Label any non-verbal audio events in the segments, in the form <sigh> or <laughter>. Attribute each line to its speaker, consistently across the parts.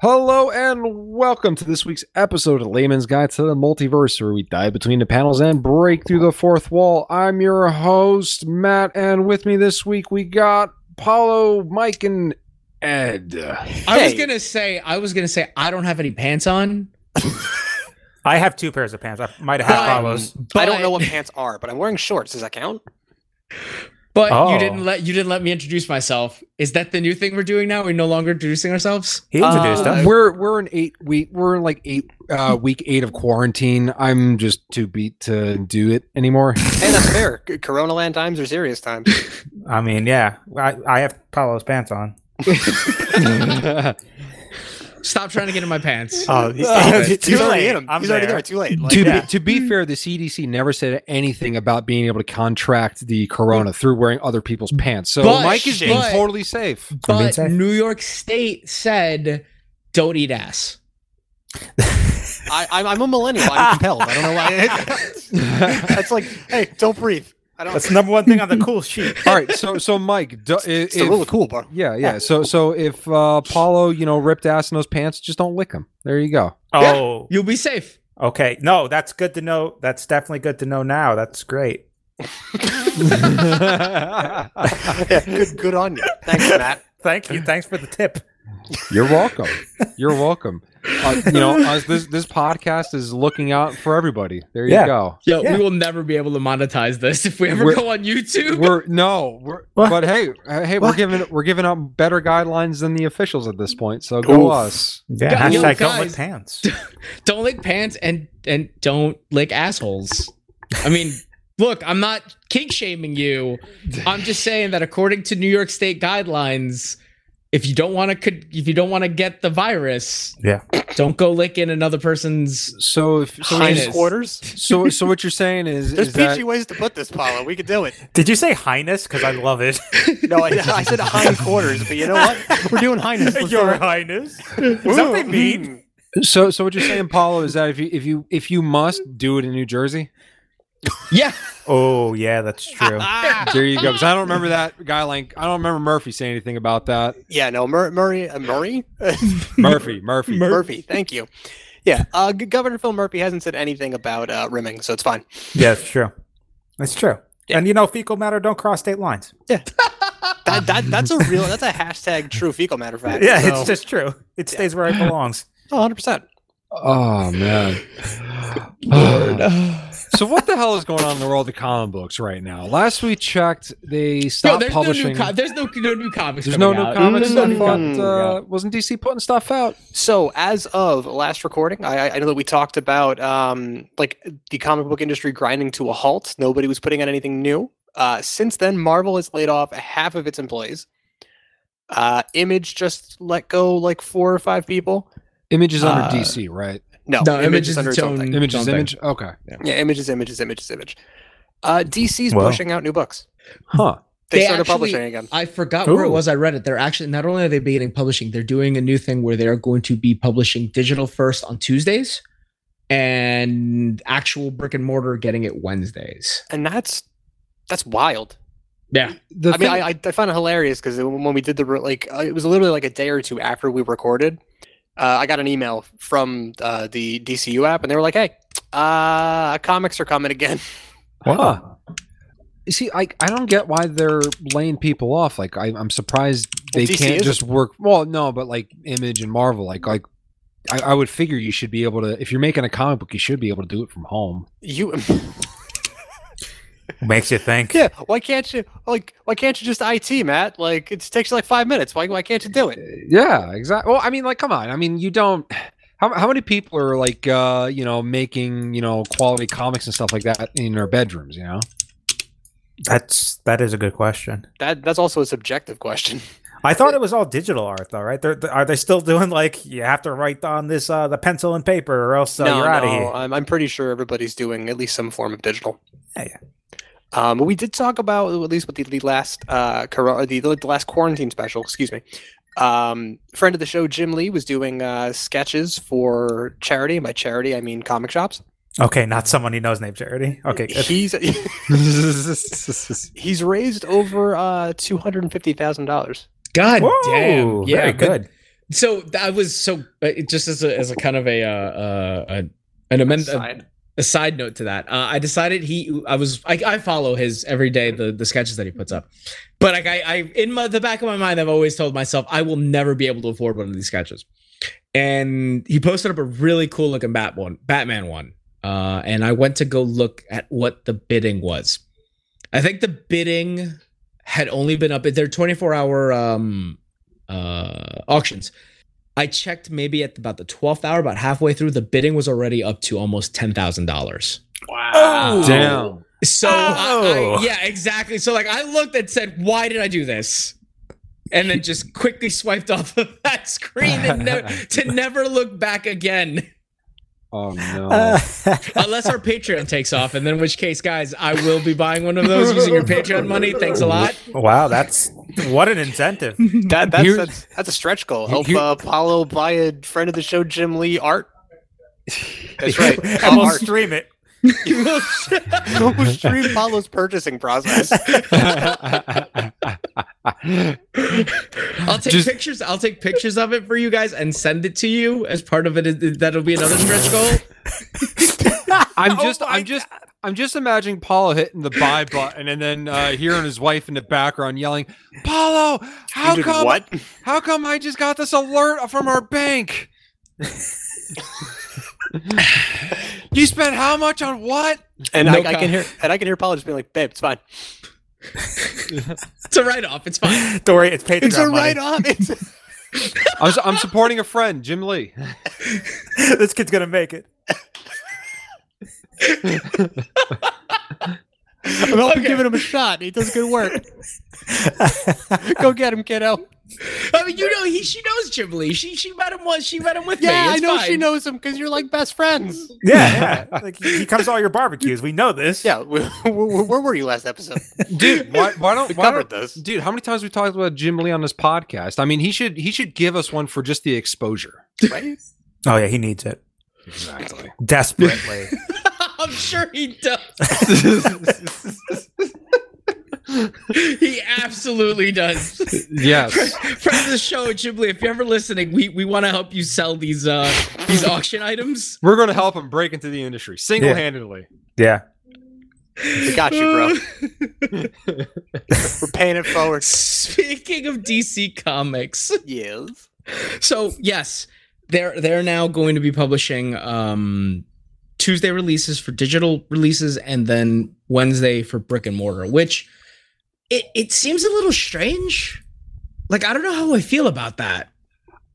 Speaker 1: Hello and welcome to this week's episode of Layman's Guide to the Multiverse, where we dive between the panels and break through the fourth wall. I'm your host, Matt, and with me this week we got Paulo, Mike, and Ed.
Speaker 2: I was
Speaker 3: Hey.
Speaker 2: gonna say, I was gonna say, I don't have any pants on.
Speaker 4: I have two pairs of pants. I might have had
Speaker 2: Um,
Speaker 4: Paulo's.
Speaker 2: But,
Speaker 3: I don't know what pants are, but I'm wearing shorts. Does that count?
Speaker 2: But
Speaker 4: Oh.
Speaker 2: you didn't let you didn't let me introduce myself. Is that the new thing we're doing now? We're no longer introducing ourselves.
Speaker 4: He introduced
Speaker 3: uh,
Speaker 4: us.
Speaker 1: We're we're in eight week we're in like eight uh, week eight of quarantine. I'm just too beat to do it anymore.
Speaker 3: Hey, that's fair. C- Corona land times are serious times.
Speaker 4: I mean, yeah, I, I have Paulo's pants on.
Speaker 2: Stop trying to get in my
Speaker 4: <laughs>
Speaker 2: pants.
Speaker 4: Oh,
Speaker 3: he's already in 'em.
Speaker 4: I'm
Speaker 3: he's
Speaker 4: there.
Speaker 3: already there. Too late.
Speaker 1: <laughs>
Speaker 3: Like,
Speaker 1: to,
Speaker 4: yeah.
Speaker 1: be, to be fair, the CDC never said anything about being able to contract the corona through wearing other people's pants. So
Speaker 2: But-
Speaker 1: Mike is being
Speaker 2: but-
Speaker 1: totally safe.
Speaker 4: I'm being
Speaker 2: but
Speaker 4: safe.
Speaker 2: New York State said, "Don't eat ass."
Speaker 3: I, I'm, I'm a millennial. I'm compelled. I don't
Speaker 1: <laughs>
Speaker 3: know why. <laughs> That's like, hey, don't breathe. I don't.
Speaker 4: That's the number one thing on the cool sheet.
Speaker 3: <laughs>
Speaker 1: All right, so so Mike, do, if,
Speaker 3: it's the rule of cool, bro.
Speaker 1: yeah, yeah. So so if uh, Paulo, you know, ripped ass in those pants, just don't lick him. There you go.
Speaker 4: Oh,
Speaker 2: You'll be safe.
Speaker 4: okay. No, that's good to know. That's definitely good to know now. That's great.
Speaker 3: Yeah, <laughs> good, good on you. Thanks, Matt.
Speaker 4: Thank you. Thanks for the tip.
Speaker 1: You're welcome. You're welcome. Uh, you know, us- this this podcast is looking out for everybody. There you
Speaker 4: Yeah.
Speaker 1: go.
Speaker 2: Yo,
Speaker 4: Yeah.
Speaker 2: we will never be able to monetize this if we ever
Speaker 1: We're-
Speaker 2: go on YouTube.
Speaker 1: We're no, we're
Speaker 4: What?
Speaker 1: but hey, uh, hey, we're
Speaker 4: What?
Speaker 1: giving we're giving out better guidelines than the officials at this point. So go
Speaker 3: Oof.
Speaker 1: us.
Speaker 4: Yeah.
Speaker 2: Got- yo,
Speaker 4: Hashtag don't
Speaker 2: guys.
Speaker 4: lick pants.
Speaker 2: don't lick pants and and don't lick assholes. I
Speaker 1: <laughs>
Speaker 2: mean, look, I'm not kink shaming you. I'm just saying that according to New York State guidelines, if you don't want to if you don't want to get the virus,
Speaker 4: Yeah.
Speaker 2: don't go licking another person's.
Speaker 1: So if so,
Speaker 2: Highness.
Speaker 3: Highness quarters.
Speaker 1: so so what you're saying is,
Speaker 3: There's
Speaker 1: is that
Speaker 3: peachy ways to put this, Paula. We could do it.
Speaker 4: Did you say highness? Because I love it.
Speaker 3: No, I, I said hind quarters, but you know what? We're doing
Speaker 4: <laughs>
Speaker 3: highness. Let's do
Speaker 4: Your
Speaker 3: it.
Speaker 4: highness. Something
Speaker 3: Ooh. <laughs>
Speaker 4: mean.
Speaker 1: so so what you're saying, Paulo, is that if you if you if you must do it in New Jersey,
Speaker 2: Yeah,
Speaker 4: Oh, yeah, that's true.
Speaker 3: Ah.
Speaker 1: there you go. Because I don't remember that guy. Like I don't remember Murphy saying anything about that.
Speaker 3: Yeah, no, Mur- Murray, uh, Murray,
Speaker 1: Murphy, Murphy.
Speaker 3: Murphy. Thank you. Yeah, uh, G- Governor Phil Murphy hasn't said anything about uh, rimming, so it's fine.
Speaker 4: Yeah, it's true. It's true. And you know, fecal matter don't cross state lines.
Speaker 3: That, that that's a real that's a hashtag true fecal matter fact.
Speaker 4: <laughs> Yeah,
Speaker 3: so-
Speaker 4: it's just true. It stays where it belongs.
Speaker 3: Oh, 100 percent.
Speaker 1: Oh man.
Speaker 2: <sighs>
Speaker 1: <sighs> so what the hell is going on in the world of comic books right now? Last we checked, they
Speaker 2: no,
Speaker 1: stopped
Speaker 2: there's
Speaker 1: publishing.
Speaker 2: no new co- there's no no new comics.
Speaker 1: There's no
Speaker 2: coming
Speaker 1: new
Speaker 2: out. Mm-hmm.
Speaker 1: comics.
Speaker 2: There's no
Speaker 1: I
Speaker 2: new comics.
Speaker 1: thought, uh, wasn't DC putting stuff out?
Speaker 3: So as of last recording, I, I- I know that we talked about um, like the comic book industry grinding to a halt. Nobody was putting out anything new. Uh, since then, Marvel has laid off half of its employees. Uh, Image just let go like four or five people.
Speaker 1: Image is under
Speaker 3: Uh,
Speaker 1: DC, right?
Speaker 3: No,
Speaker 2: No, Image is
Speaker 3: under
Speaker 2: its
Speaker 3: its own
Speaker 2: own
Speaker 3: thing.
Speaker 1: Image is
Speaker 2: something.
Speaker 1: image.
Speaker 2: <laughs>
Speaker 1: Okay.
Speaker 3: Yeah, Image is Image is Image is Image. Uh, DC's
Speaker 4: Wow.
Speaker 3: pushing out new books.
Speaker 1: Huh.
Speaker 3: They,
Speaker 2: They
Speaker 3: started
Speaker 2: actually-
Speaker 3: publishing again.
Speaker 2: I forgot where it
Speaker 4: Ooh.
Speaker 2: was. I read it. They're actually not only are they beginning publishing, they're doing a new thing where they are going to be publishing digital first on Tuesdays, and actual brick and mortar getting it Wednesdays.
Speaker 3: and that's that's wild.
Speaker 2: Yeah,
Speaker 1: The
Speaker 3: I mean, I, I I found it hilarious because when we did the re- like, uh, it was literally like a day or two after we recorded. Uh, I got an email from uh, the DCU app, and they were like, "Hey, uh, comics are coming again." <laughs>
Speaker 1: Huh. Um, You see, I, I don't get why they're laying people off. Like, I, I'm surprised they
Speaker 3: Well, DC
Speaker 1: can't
Speaker 3: isn't.
Speaker 1: just work. Well, no, but like Image and Marvel, like like I, I would figure you should be able to. If you're making a comic book, you should be able to do it from home.
Speaker 3: You,
Speaker 4: <laughs>
Speaker 3: <laughs>
Speaker 4: Makes you think.
Speaker 3: yeah. Why can't you like? Why can't you just IT, Matt? Like, it takes you like five minutes. Why Why can't you do it?
Speaker 1: Yeah, exactly. Well, I mean, like, come on. I mean, you don't. How, how many people are like, uh, you know, making you know quality comics and stuff like that in their bedrooms? You know,
Speaker 4: That's that is a good question.
Speaker 3: That that's also a subjective question.
Speaker 4: I thought it was all digital art though, right? They're, they- are they still doing like you have to write on this uh the pencil and paper or else uh,
Speaker 3: no,
Speaker 4: you're out of
Speaker 3: no,
Speaker 4: here.
Speaker 3: I'm, I'm pretty sure everybody's doing at least some form of digital.
Speaker 4: Yeah,
Speaker 3: Um, we did talk about at least with the, the last uh cor- the, the last quarantine special, excuse me. Um, friend of the show Jim Lee was doing uh, sketches for charity, and by charity I mean comic shops.
Speaker 4: Okay, not someone he knows named Charity.
Speaker 3: <laughs>
Speaker 4: Okay, good. <laughs>
Speaker 3: He's he's raised over uh, two hundred and fifty thousand dollars.
Speaker 2: God
Speaker 4: Whoa,
Speaker 2: damn. Yeah,
Speaker 4: very
Speaker 2: good.
Speaker 4: good.
Speaker 2: so I was so uh, just as a as a kind of a uh, uh a, an amend a,
Speaker 3: Side.
Speaker 2: a side note to that. Uh, I decided he I was I, I follow his every day the the sketches that he puts up, but like I, I in my, the back of my mind I've always told myself I will never be able to afford one of these sketches, and he posted up a really cool looking bat one Batman one, uh, and I went to go look at what the bidding was. I think the bidding had only been up at their 24 hour um uh auctions. I checked maybe at about the 12th hour, about halfway through, the bidding was already up to almost ten thousand dollars.
Speaker 3: Wow.
Speaker 1: Damn.
Speaker 2: So I-
Speaker 4: Oh.
Speaker 2: I- yeah, exactly. So like I looked and said, "Why did I do this?" And then just quickly swiped off of <laughs> that screen and ne- to never look back again,
Speaker 1: Oh no.
Speaker 2: unless our Patreon takes off. And then, in which case, guys, I will be buying one of those using your Patreon money. Thanks a lot.
Speaker 4: <laughs>
Speaker 2: <laughs>
Speaker 4: wow, that's what an <laughs> incentive.
Speaker 3: That, that's,
Speaker 1: Here-
Speaker 3: that's that's a stretch goal.
Speaker 1: Here-
Speaker 3: Help
Speaker 1: here-
Speaker 3: uh, Apollo buy a friend of the show, Jim Lee, art. That's right.
Speaker 4: and we'll
Speaker 3: art.
Speaker 4: stream it.
Speaker 3: <laughs> We'll stream Apollo's purchasing process.
Speaker 1: <laughs>
Speaker 3: <laughs>
Speaker 2: I'll take
Speaker 1: Just-
Speaker 2: pictures. I'll take pictures of it for you guys and send it to you as part of it. That'll be another stretch goal.
Speaker 1: I'm
Speaker 4: <laughs> Oh
Speaker 1: just,
Speaker 4: my
Speaker 1: I'm just, I'm just imagining Paulo hitting the buy button and then uh, hearing his wife in the background yelling, "Paulo, how
Speaker 3: You did
Speaker 1: come?
Speaker 3: what?
Speaker 1: How come I just got this alert from our
Speaker 3: <laughs>
Speaker 1: bank? you spent how much on what?
Speaker 3: And
Speaker 2: No
Speaker 3: I, I can
Speaker 2: comment.
Speaker 3: hear and I can hear Apollo just being like, "Babe, it's fine.
Speaker 2: It's a write off. It's fine.
Speaker 4: Don't worry, it's Patreon.
Speaker 3: It's a
Speaker 4: money.
Speaker 3: write-off. <laughs> It's
Speaker 1: I'm, s- I'm supporting a friend, Jim Lee.
Speaker 4: <laughs> this kid's gonna make it.
Speaker 3: I'm helping giving him a shot. He does good work. <laughs> Go get him, kiddo.
Speaker 2: I mean, you know, he she knows Jim Lee. She she met him once. She met him with me.
Speaker 3: Yeah, I
Speaker 2: It's
Speaker 3: know she
Speaker 2: fine.
Speaker 3: knows him because you're like best friends.
Speaker 4: <laughs> Yeah, yeah. Like, he he comes to all your barbecues. We know this.
Speaker 3: Yeah, <laughs> where, where, where were you last episode?
Speaker 1: Dude, why, why don't
Speaker 3: <laughs> We
Speaker 1: why
Speaker 3: covered
Speaker 1: don't,
Speaker 3: this.
Speaker 1: dude? How many times we talked about Jim Lee on this podcast? I mean, he should he should give us one for just the exposure.
Speaker 3: Right?
Speaker 4: Oh yeah, he needs it
Speaker 1: Exactly.
Speaker 4: desperately.
Speaker 2: <laughs> I'm sure he does. He absolutely does.
Speaker 1: yes.
Speaker 2: Friend of the show, Jim Lee. If you're ever listening, we we want to help you sell these uh these auction items.
Speaker 1: We're going to help him break into the industry single handedly.
Speaker 4: yeah.
Speaker 3: We got you, bro. We're paying it forward.
Speaker 2: <laughs> Speaking of DC Comics.
Speaker 3: <laughs> Yes.
Speaker 2: So yes, they're they're now going to be publishing um Tuesday releases for digital releases and then Wednesday for brick and mortar, which it, it seems a little strange. Like I don't know how I feel about that.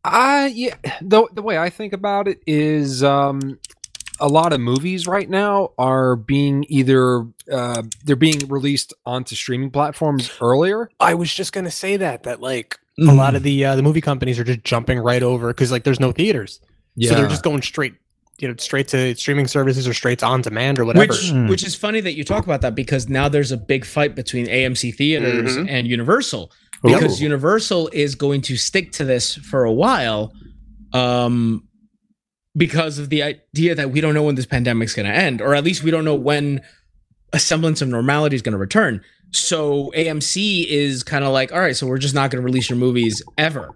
Speaker 1: I yeah, the the way I think about it is um a lot of movies right now are being either uh, they're being released onto streaming platforms earlier.
Speaker 3: I was just gonna say that that like a lot of the uh, the movie companies are just jumping right over because like there's no theaters, so they're just going straight, you know, straight to streaming services or straight to on demand or whatever.
Speaker 2: Which
Speaker 4: Hmm.
Speaker 2: which is funny that you talk about that because now there's a big fight between AMC theaters
Speaker 3: Mhm.
Speaker 2: and Universal because
Speaker 4: Ooh.
Speaker 2: Universal is going to stick to this for a while um because of the idea that we don't know when this pandemic's going to end or at least we don't know when a semblance of normality is going to return. So AMC is kind of like, all right, so we're just not going to release your movies ever.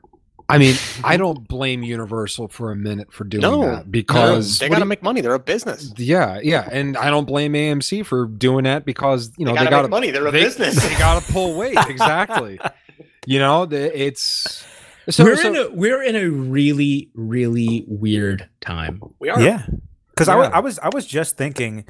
Speaker 1: I mean, I don't blame Universal for a minute for doing
Speaker 3: No,
Speaker 1: that
Speaker 3: They're-
Speaker 1: because
Speaker 3: they
Speaker 1: what
Speaker 3: gotta
Speaker 1: do
Speaker 3: make money. They're a business.
Speaker 1: you- yeah, yeah, and I don't blame AMC for doing that because you know
Speaker 3: they
Speaker 1: they
Speaker 3: gotta make
Speaker 1: got to
Speaker 3: money. They're a
Speaker 1: they,
Speaker 3: business. <laughs>
Speaker 1: they <laughs> got to pull weight exactly. you know, the, it's so,
Speaker 2: we're
Speaker 1: so-
Speaker 2: in a we're in a really really weird time.
Speaker 3: we are.
Speaker 4: Yeah. Because I wa-
Speaker 1: Yeah.
Speaker 4: I was I was just thinking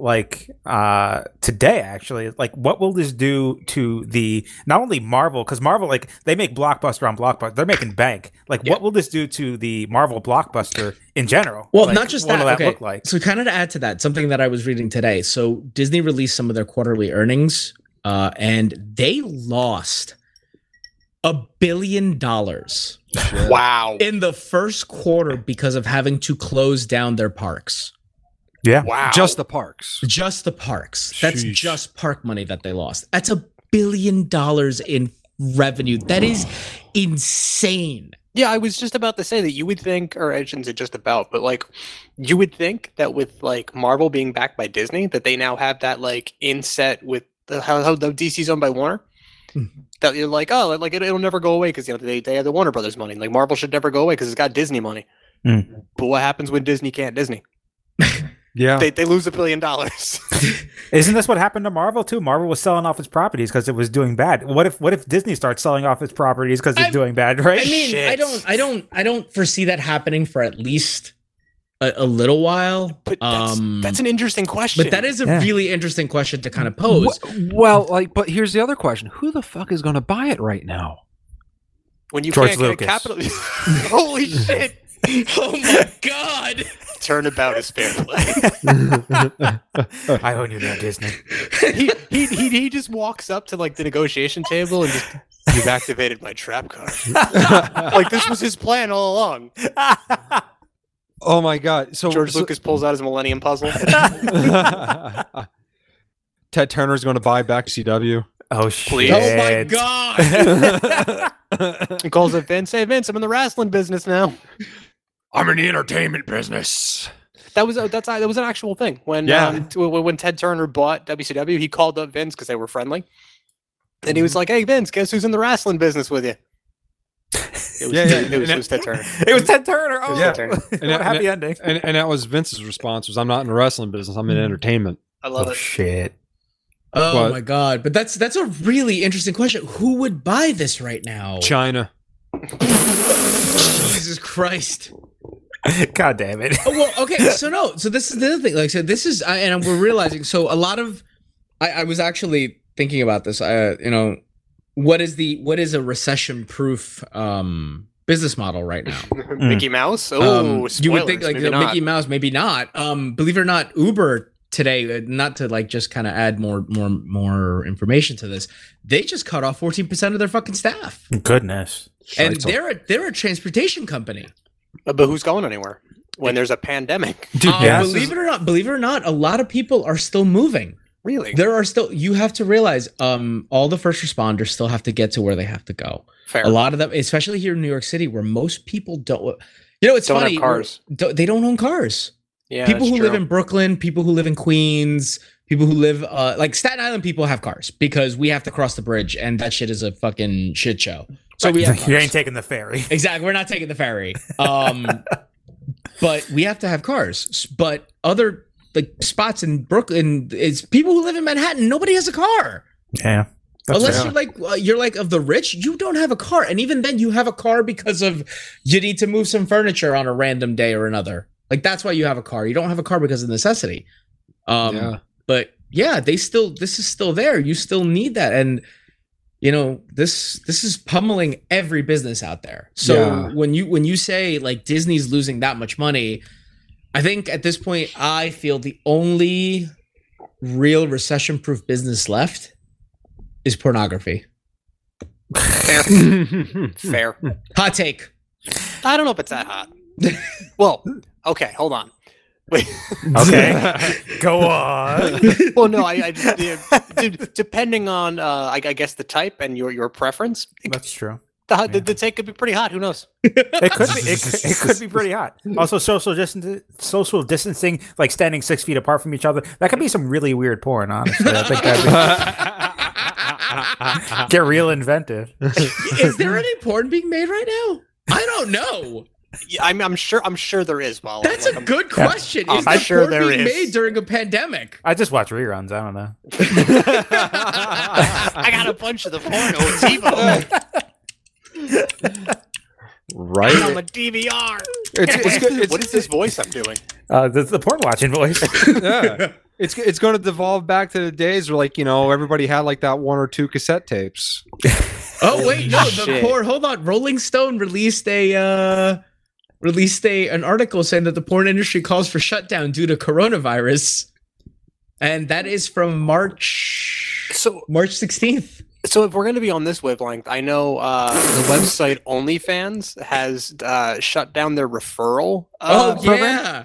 Speaker 4: like uh today actually like what will this do to the not only marvel because marvel like they make blockbuster on blockbuster they're making bank like
Speaker 2: Yeah.
Speaker 4: what will this do to the marvel blockbuster in general
Speaker 2: Well,
Speaker 4: Like,
Speaker 2: not just
Speaker 4: what
Speaker 2: that.
Speaker 4: will that
Speaker 2: okay.
Speaker 4: look like
Speaker 2: So, kind of to add to that, something that I was reading today. So, Disney released some of their quarterly earnings, uh, and they lost a billion dollars
Speaker 3: Wow.
Speaker 2: in the first quarter because of having to close down their parks.
Speaker 3: wow.
Speaker 1: just the parks.
Speaker 2: Just the parks. That's
Speaker 1: Sheesh.
Speaker 2: just park money that they lost. That's a billion dollars in revenue. That is insane.
Speaker 3: Yeah, I was just about to say that you would think, or I shouldn't say just about, but like you would think that with like Marvel being backed by Disney, that they now have that like inset with the how, how the DC's owned by Warner.
Speaker 1: Hmm.
Speaker 3: that you're like, oh, like it, it'll never go away because you know they they have the Warner Brothers money. Like Marvel should never go away because it's got Disney money.
Speaker 1: Hmm.
Speaker 4: Mm.
Speaker 3: But what happens when Disney can't Disney?
Speaker 1: Yeah.
Speaker 3: They they lose a billion dollars. <laughs>
Speaker 4: Isn't this what happened to Marvel too? Marvel was selling off its properties because it was doing bad. What if what if Disney starts selling off its properties because it's
Speaker 2: I-
Speaker 4: doing bad? Right?
Speaker 2: I mean, I
Speaker 3: Shit.
Speaker 2: don't, I don't, I don't foresee that happening for at least a, a little while.
Speaker 3: but that's,
Speaker 2: um,
Speaker 3: that's an interesting question.
Speaker 2: but that is a
Speaker 4: Yeah.
Speaker 2: really interesting question to kind of pose.
Speaker 1: Wh- Well, like, but here's the other question: Who the fuck is going to buy it right <laughs> now?
Speaker 3: when you
Speaker 4: George
Speaker 3: can't get a
Speaker 4: Lucas.
Speaker 3: capital. <laughs> Holy shit!
Speaker 2: oh my god!
Speaker 3: Turnabout is fair play.
Speaker 4: I own you now, Disney.
Speaker 3: <laughs> he, he, he, he just walks up to like the negotiation table and just you've activated my trap card. <laughs> like this was his plan all along.
Speaker 1: oh my god! So
Speaker 3: George
Speaker 1: so- <laughs>
Speaker 3: Lucas pulls out his Millennium Puzzle.
Speaker 1: Ted Turner's going to buy back <laughs> CW.
Speaker 4: oh shit!
Speaker 3: Please.
Speaker 2: Oh my god!
Speaker 3: <laughs> He calls up Vince. Hey Vince, I'm in the wrestling business now.
Speaker 1: I'm in the entertainment business.
Speaker 3: That was that's that was an actual thing. When
Speaker 1: Yeah.
Speaker 3: um, t- when when Ted Turner bought WCW, he called up Vince because they were friendly, and he was
Speaker 2: Mm-hmm.
Speaker 3: like, "Hey Vince, guess who's in the wrestling business with you?" It was,
Speaker 1: Yeah, yeah,
Speaker 3: <laughs> It,
Speaker 1: and
Speaker 3: was, it
Speaker 2: <laughs>
Speaker 3: was Ted Turner.
Speaker 4: It was Ted Turner.
Speaker 3: It
Speaker 4: Oh,
Speaker 3: was
Speaker 1: Yeah.
Speaker 3: Ted Turner.
Speaker 4: <laughs> what
Speaker 1: And-
Speaker 4: a happy ending.
Speaker 1: And and that was Vince's response was I'm not in the wrestling business. I'm in entertainment.
Speaker 3: I love it.
Speaker 4: shit! <laughs>
Speaker 2: Oh
Speaker 1: What?
Speaker 2: my god! But that's that's a really interesting question. Who would buy this right now?
Speaker 1: <laughs> China.
Speaker 2: Jesus Christ!
Speaker 4: God damn it!
Speaker 2: Oh, well, okay. So no. So this is the other thing. Like, so this is, I, and we're realizing. So a lot of, I, I was actually thinking about this. Uh, you know, what is the what is a recession proof um business model right now?
Speaker 3: Mickey Mouse.
Speaker 2: Um,
Speaker 3: Oh,
Speaker 2: you would think like
Speaker 3: spoilers, maybe
Speaker 2: the
Speaker 3: not.
Speaker 2: Mickey Mouse, maybe not. Um, believe it or not, Uber today, uh, not to like just kind of add more more more information to this, they just cut off fourteen percent of their fucking staff,
Speaker 4: Goodness.
Speaker 2: and
Speaker 1: Shit's-
Speaker 2: they're a, they're a transportation company.
Speaker 3: Uh, But who's going anywhere when there's a pandemic? <laughs>
Speaker 1: Dude,
Speaker 2: Um,
Speaker 4: yeah.
Speaker 1: gas
Speaker 2: believe
Speaker 1: is,
Speaker 2: it or not, believe it or not, a lot of people are still moving.
Speaker 3: Really?
Speaker 2: There are still you have to realize um all the first responders still have to get to where they have to go.
Speaker 3: Fair.
Speaker 2: A lot of them, especially here in New York City, where most people don't. You know, it's
Speaker 3: Don't
Speaker 2: funny.
Speaker 3: have cars.
Speaker 2: don't- they don't own cars.
Speaker 3: Yeah,
Speaker 2: people
Speaker 3: that's
Speaker 2: who live
Speaker 3: true.
Speaker 2: in Brooklyn, people who live in Queens, people who live uh, like Staten Island people have cars because we have to cross the bridge and that shit is a fucking shit show. So we have
Speaker 4: <laughs> You
Speaker 2: cars.
Speaker 4: ain't taking the ferry.
Speaker 2: exactly. We're not taking the ferry, <laughs> um, but we have to have cars. S- But other like spots in Brooklyn, it's people who live in Manhattan. Nobody has a car
Speaker 4: Yeah.
Speaker 2: <laughs> unless
Speaker 1: fair.
Speaker 2: you're like uh, you're like of the rich. You don't have a car, and even then, you have a car because of you need to move some furniture on a random day or another. Like that's why you have a car. You don't have a car because of necessity. Um,
Speaker 1: yeah.
Speaker 2: but yeah, they still this is still there. You still need that, and you know this this is pummeling every business out there. So
Speaker 1: Yeah.
Speaker 2: when you when you say like Disney's losing that much money, I think at this point I feel the only real recession proof business left is pornography.
Speaker 1: <laughs>
Speaker 3: Fair.
Speaker 2: Hot take.
Speaker 3: I don't know if it's that
Speaker 2: <laughs>
Speaker 3: hot. well, okay, hold on. Wait.
Speaker 2: <laughs>
Speaker 4: Okay. <laughs> Go on.
Speaker 3: Well, no, I, I just, yeah, d- depending on, uh, I, I guess, the type and your, your preference, it-
Speaker 4: <laughs> That's true.
Speaker 3: the, hot- the, the take could be pretty hot. Who knows?
Speaker 4: It could be. It, could- it could be pretty hot. Also, social distancing, social distancing, like standing six feet apart from each other, that could be some really weird porn. Honestly, I think that'd
Speaker 2: <laughs>
Speaker 4: be, get real inventive.
Speaker 2: is there any porn being made right now? I don't know.
Speaker 3: Yeah, I'm, I'm sure. I'm sure there is. While
Speaker 2: That's a good
Speaker 4: Yeah.
Speaker 2: question.
Speaker 3: I'm
Speaker 2: Is there
Speaker 3: sure
Speaker 2: porn
Speaker 3: there
Speaker 2: being
Speaker 3: is.
Speaker 2: made during a pandemic?
Speaker 4: I just watch reruns. I don't know.
Speaker 3: <laughs> I got a bunch of the porno
Speaker 2: <laughs>
Speaker 3: on TiVo. and on
Speaker 1: right?
Speaker 3: the DVR.
Speaker 1: It's, it's, go- it's,
Speaker 3: what is this voice I'm doing?
Speaker 4: Uh, that's the porn watching voice.
Speaker 2: <laughs>
Speaker 1: yeah. it's it's going to devolve back to the days where like you know everybody had like that one or two cassette tapes.
Speaker 2: Oh wait, no, the
Speaker 3: shit.
Speaker 2: porn. Hold on. Rolling Stone released a uh released a an article saying that the porn industry calls for shutdown due to coronavirus. And that is from March
Speaker 3: So,
Speaker 2: March 16th.
Speaker 3: so if we're going to be on this wavelength, I know uh, the website OnlyFans has uh, shut down their referral. Uh,
Speaker 2: oh
Speaker 3: program.
Speaker 2: yeah.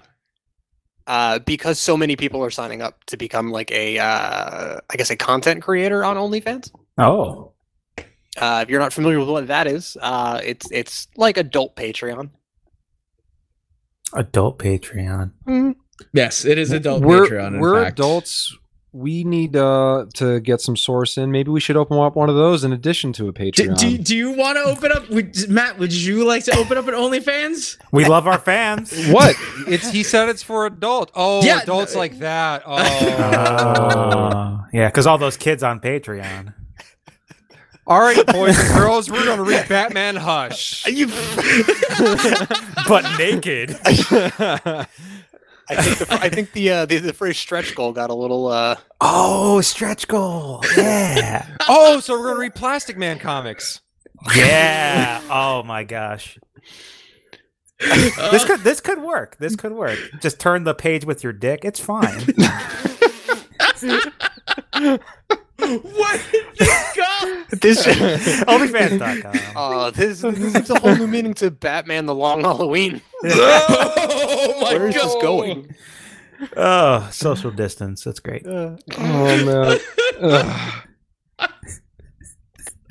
Speaker 3: uh, because so many people are signing up to become like a, uh, I guess, a content creator on OnlyFans.
Speaker 4: <laughs> Oh,
Speaker 3: Uh, if you're not familiar with what that is, uh, it's it's like adult Patreon.
Speaker 4: adult Patreon.
Speaker 2: Yes, it is adult
Speaker 1: we're
Speaker 2: Patreon. In
Speaker 1: we're
Speaker 2: fact.
Speaker 1: adults we need uh, to get some source in. Maybe we should open up one of those in addition to a
Speaker 2: Do,
Speaker 1: Patreon.
Speaker 2: do, do you want to open up? Would, Matt, would you like to open up an OnlyFans?
Speaker 4: We love our fans.
Speaker 1: what? It's he said it's for adult. Oh,
Speaker 2: Yeah,
Speaker 1: adults like
Speaker 2: <laughs>
Speaker 1: that. Oh.
Speaker 4: <laughs> Uh, yeah, because all those kids on Patreon.
Speaker 1: All right, boys and girls, we're gonna read Batman
Speaker 2: <laughs>
Speaker 1: Hush.
Speaker 3: You, <laughs>
Speaker 4: But naked.
Speaker 3: I think the, I think the, uh, the the phrase stretch goal got a little. Uh,
Speaker 4: Oh, stretch goal. Yeah.
Speaker 1: oh, so we're gonna read Plastic Man comics.
Speaker 4: Yeah. Oh my gosh. This could this could work. This could work. Just turn the page with your dick.
Speaker 2: <laughs>
Speaker 4: It's fine.
Speaker 2: What did this go?
Speaker 3: <laughs> this
Speaker 4: Onlyfans.com.
Speaker 3: uh, this this gives a whole new meaning to Batman: The Long <laughs> Halloween.
Speaker 2: Oh my
Speaker 3: Where is this
Speaker 2: God.
Speaker 3: going?
Speaker 4: Oh, social distance. That's great.
Speaker 1: Oh
Speaker 2: <laughs>
Speaker 1: man. Ugh.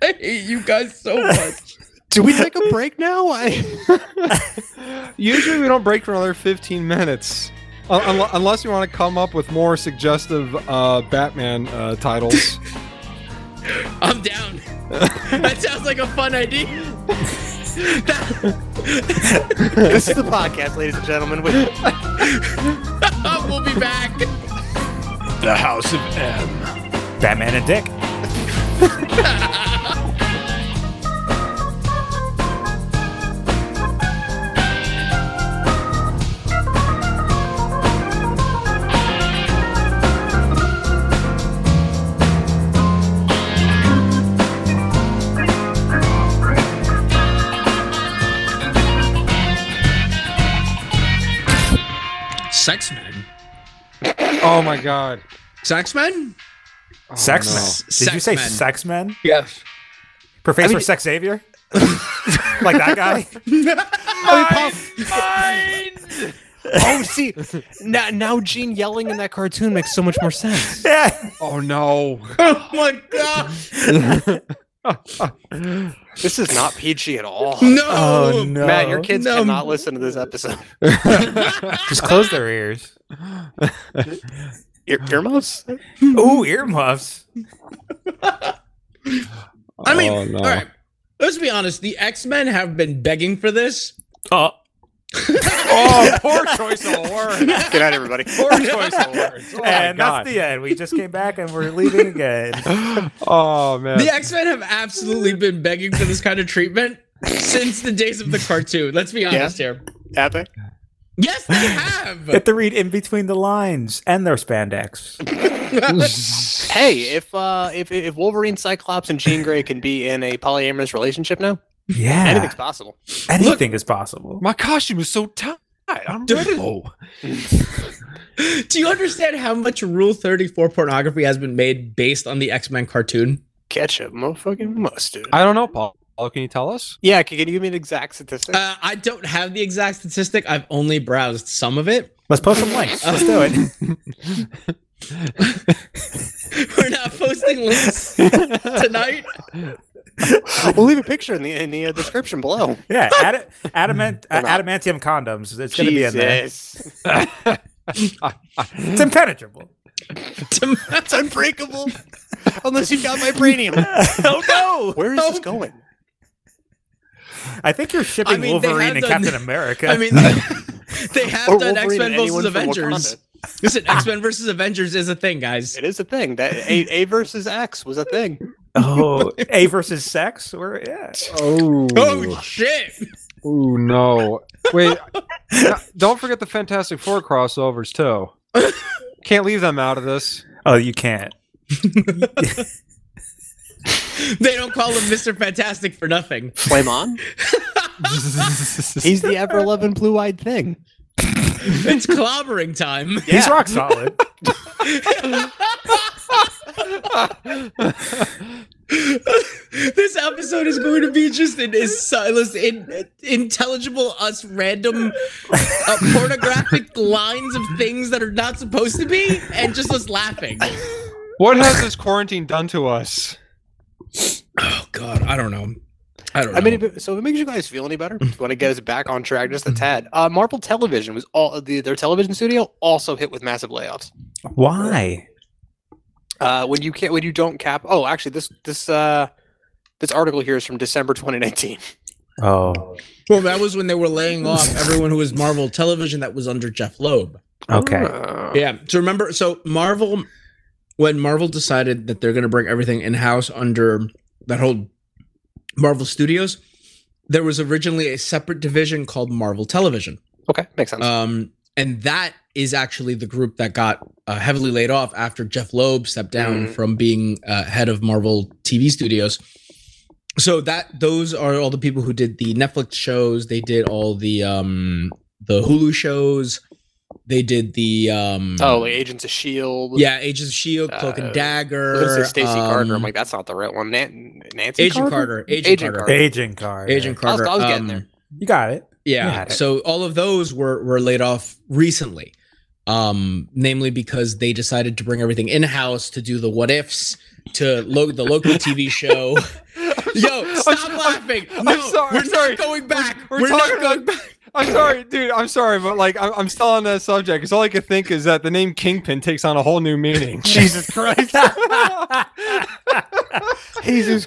Speaker 2: I hate you guys so much.
Speaker 3: Do we
Speaker 1: <laughs>
Speaker 3: take a break now? I,
Speaker 1: Usually we don't break for another 15 minutes. Un- unle- unless you want to come up with more suggestive uh, Batman uh, titles.
Speaker 2: I'm down. That sounds like a fun idea. <laughs> That-
Speaker 3: this is the podcast, ladies and gentlemen. We,
Speaker 2: Oh, we'll be back.
Speaker 5: The House of M.
Speaker 4: Batman and Dick.
Speaker 2: Oh, Sex men.
Speaker 1: oh my god.
Speaker 2: Sex men?
Speaker 1: Oh,
Speaker 4: Sex
Speaker 1: no.
Speaker 4: men. Did you
Speaker 2: Sex
Speaker 4: say
Speaker 2: men.
Speaker 4: sex men?
Speaker 2: Yeah.
Speaker 4: Professor
Speaker 3: mean-
Speaker 4: Sex Xavier? <laughs> like that guy?
Speaker 3: oh, see, now, now Gene yelling in that cartoon makes so much more sense.
Speaker 4: <laughs> Yeah.
Speaker 1: Oh no.
Speaker 2: Oh my god.
Speaker 3: This is not peachy at all.
Speaker 2: No.
Speaker 4: Oh, no.
Speaker 3: Matt, your kids
Speaker 2: No.
Speaker 3: cannot listen to this episode.
Speaker 4: Just close their ears.
Speaker 3: Ear- earmuffs?
Speaker 4: Ooh, earmuffs.
Speaker 2: I mean,
Speaker 1: Oh, no.
Speaker 2: all right. Let's be honest. The X Men have been begging for this.
Speaker 4: Oh.
Speaker 1: <laughs> Oh, poor choice of words.
Speaker 3: Good night, <laughs> everybody.
Speaker 1: Poor choice of words. Oh,
Speaker 4: <laughs> and
Speaker 1: my
Speaker 4: that's the end. We just came back and we're leaving <laughs> again.
Speaker 1: God. <gasps> oh man. <laughs>
Speaker 2: The X Men have absolutely been begging for this kind of treatment since the days of the cartoon. Let's be honest here.
Speaker 3: Epic.
Speaker 2: Yes, they
Speaker 4: You have
Speaker 2: have.
Speaker 4: to read in between the lines and their spandex.
Speaker 3: Hey, if uh, if if Wolverine, Cyclops, and Jean Grey can be in a polyamorous relationship now,
Speaker 4: Yeah,
Speaker 3: anything's possible.
Speaker 4: anything is possible.
Speaker 1: my costume is so tight. I'm
Speaker 2: Dude.
Speaker 1: Rambo.
Speaker 2: Do you understand how much Rule 34 pornography has been made based on the X Men cartoon?
Speaker 3: Catch a motherfucking mustard.
Speaker 1: I don't know, Paul. Paul, can you tell us?
Speaker 3: yeah, can can you give me an exact
Speaker 4: <laughs>
Speaker 3: statistic?
Speaker 2: Uh, I don't have the exact statistic. I've only browsed some of it.
Speaker 4: Let's post some links. Let's do it. <laughs>
Speaker 2: <laughs> We're not posting <laughs> links tonight.
Speaker 3: we'll leave a picture in the in the uh, description below.
Speaker 4: Yeah, ad- adamant uh,
Speaker 3: They're not.
Speaker 4: adamantium condoms. It's gonna be in there.
Speaker 3: Jesus.
Speaker 4: It's impenetrable.
Speaker 2: <laughs>
Speaker 3: It's unbreakable. Unless you've got vibranium.
Speaker 2: <laughs>
Speaker 4: oh no!
Speaker 3: Where
Speaker 4: <laughs>
Speaker 3: is this going?
Speaker 4: I think you're shipping
Speaker 2: I mean, they have
Speaker 4: Wolverine and
Speaker 2: done- <laughs>
Speaker 4: Captain America.
Speaker 2: I
Speaker 3: <laughs>
Speaker 2: mean, they have
Speaker 3: Or
Speaker 2: done
Speaker 3: Wolverine
Speaker 2: X Men
Speaker 3: and anyone
Speaker 2: versus
Speaker 3: from
Speaker 2: Avengers.
Speaker 3: Wakanda.
Speaker 2: Listen, X Men versus Avengers is a thing, guys.
Speaker 3: It is a thing. That A, a versus X was a thing.
Speaker 4: <laughs> oh, A versus sex, or yeah.
Speaker 1: Oh.
Speaker 2: Oh shit!
Speaker 1: Ooh, no. Wait, no- don't forget the Fantastic Four crossovers, too. Can't leave them out of this.
Speaker 4: Oh, you can't.
Speaker 2: They don't call him Mister Fantastic for nothing.
Speaker 3: Flame on. He's the ever loving blue eyed thing.
Speaker 2: It's clobbering time. <laughs>
Speaker 4: He's rock solid.
Speaker 2: this episode is going to be just an is in, intelligible us random uh, pornographic lines of things that are not supposed to be, and just us laughing.
Speaker 1: What has this quarantine done to us?
Speaker 2: Oh God, I don't know. I don't.
Speaker 3: I mean, if it, so if it makes you guys feel
Speaker 2: <laughs>
Speaker 3: any better, if you want to get us back on track just a tad. Uh, Marvel Television was all the, their television studio also hit with massive layoffs.
Speaker 4: <laughs> Why?
Speaker 3: Uh, when you can't, when you don't cap. Oh, actually, this this uh, this article here is from December 2019.
Speaker 4: Oh,
Speaker 2: Well, that was when they were laying off everyone who was Marvel Television that was under Jeff Loeb.
Speaker 4: okay.
Speaker 3: Uh,
Speaker 2: Yeah. So remember, so Marvel, when Marvel decided that they're going to bring everything in house under that whole Marvel Studios, there was originally a separate division called Marvel Television.
Speaker 3: Okay, makes sense.
Speaker 2: Um, and that is actually the group that got uh, heavily laid off after Jeff Loeb stepped down
Speaker 3: Mhm.
Speaker 2: from being uh, head of Marvel TV Studios. So that those are all the people who did the Netflix shows. They did all the um, the Hulu shows. They did the um,
Speaker 3: oh, like Agents of Shield.
Speaker 2: yeah, Agents of Shield, E Cloak
Speaker 3: Uh,
Speaker 2: and
Speaker 3: I was
Speaker 2: Dagger,
Speaker 3: gonna say Stacy Carter. I'm
Speaker 2: um,
Speaker 3: like, that's not the right one. Nan- Nancy
Speaker 2: Agent Carter, Agent,
Speaker 3: Agent
Speaker 2: Carter,
Speaker 3: Carter.
Speaker 4: Agent card.
Speaker 2: Agent
Speaker 3: I was-
Speaker 2: Carter.
Speaker 3: I was getting
Speaker 2: um,
Speaker 3: there.
Speaker 4: You got it. You
Speaker 2: Yeah.
Speaker 4: had it.
Speaker 2: So all of those were were laid off recently, um, namely because they decided to bring everything in house to do the what ifs to lo- the local
Speaker 3: <laughs>
Speaker 2: TV show. <laughs> Yo, stop laughing!
Speaker 3: I'm
Speaker 2: no,
Speaker 3: sorry, I'm
Speaker 2: we're
Speaker 3: sorry.
Speaker 2: not going back.
Speaker 6: We're,
Speaker 2: not
Speaker 6: talking
Speaker 2: going-
Speaker 6: about. I'm sorry, dude. I'm sorry, but like, I'm, I'm still on that subject. Because all I could think is that the name Kingpin takes on a whole new meaning.
Speaker 4: <laughs>
Speaker 3: Jesus Christ. Jesus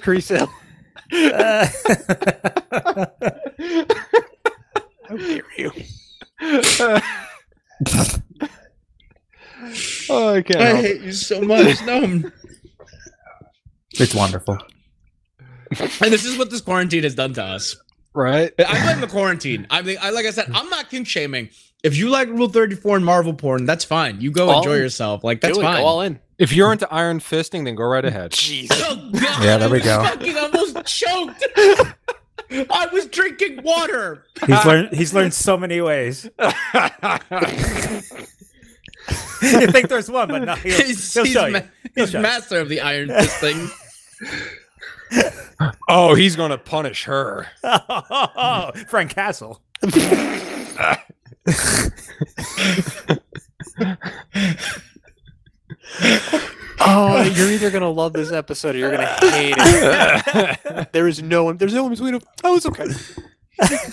Speaker 6: <laughs>
Speaker 3: Christ. How dare you?
Speaker 6: oh, I can't.
Speaker 2: I
Speaker 6: Help. it.
Speaker 2: hate you so much. No,
Speaker 3: <laughs>
Speaker 2: I'm-
Speaker 4: it's wonderful.
Speaker 2: and this is what this quarantine has done to us.
Speaker 1: Right?
Speaker 2: I blame the quarantine. I mean, I, like I said, I'm not kink shaming. If you like Rule 34 and Marvel porn, that's fine. You go
Speaker 3: All
Speaker 2: enjoy
Speaker 3: in.
Speaker 2: yourself. Like that's
Speaker 3: Do it,
Speaker 2: fine.
Speaker 3: Go all in.
Speaker 1: If you're into iron fisting, then go right
Speaker 3: <laughs>
Speaker 1: ahead.
Speaker 2: <laughs>
Speaker 3: Jeez.
Speaker 2: Oh, God,
Speaker 4: Yeah, there
Speaker 2: I
Speaker 4: we
Speaker 2: was
Speaker 4: go.
Speaker 2: Fucking almost
Speaker 4: <laughs>
Speaker 2: choked. I was drinking water.
Speaker 4: He's learned. He's learned so many ways. <laughs> you think there's one, but no.
Speaker 2: <laughs>
Speaker 4: He'll,
Speaker 2: He's,
Speaker 4: he'll
Speaker 2: he's
Speaker 4: show
Speaker 2: ma-
Speaker 4: you. He'll
Speaker 2: he's
Speaker 4: show you.
Speaker 2: master of the iron fist thing.
Speaker 1: Oh, he's gonna punish
Speaker 3: <laughs>
Speaker 1: her.
Speaker 4: <laughs> Oh, Frank Castle.
Speaker 3: Oh, you're either gonna love this episode or you're gonna hate it. <laughs> There is no one. There's no one between them. Oh, it's okay.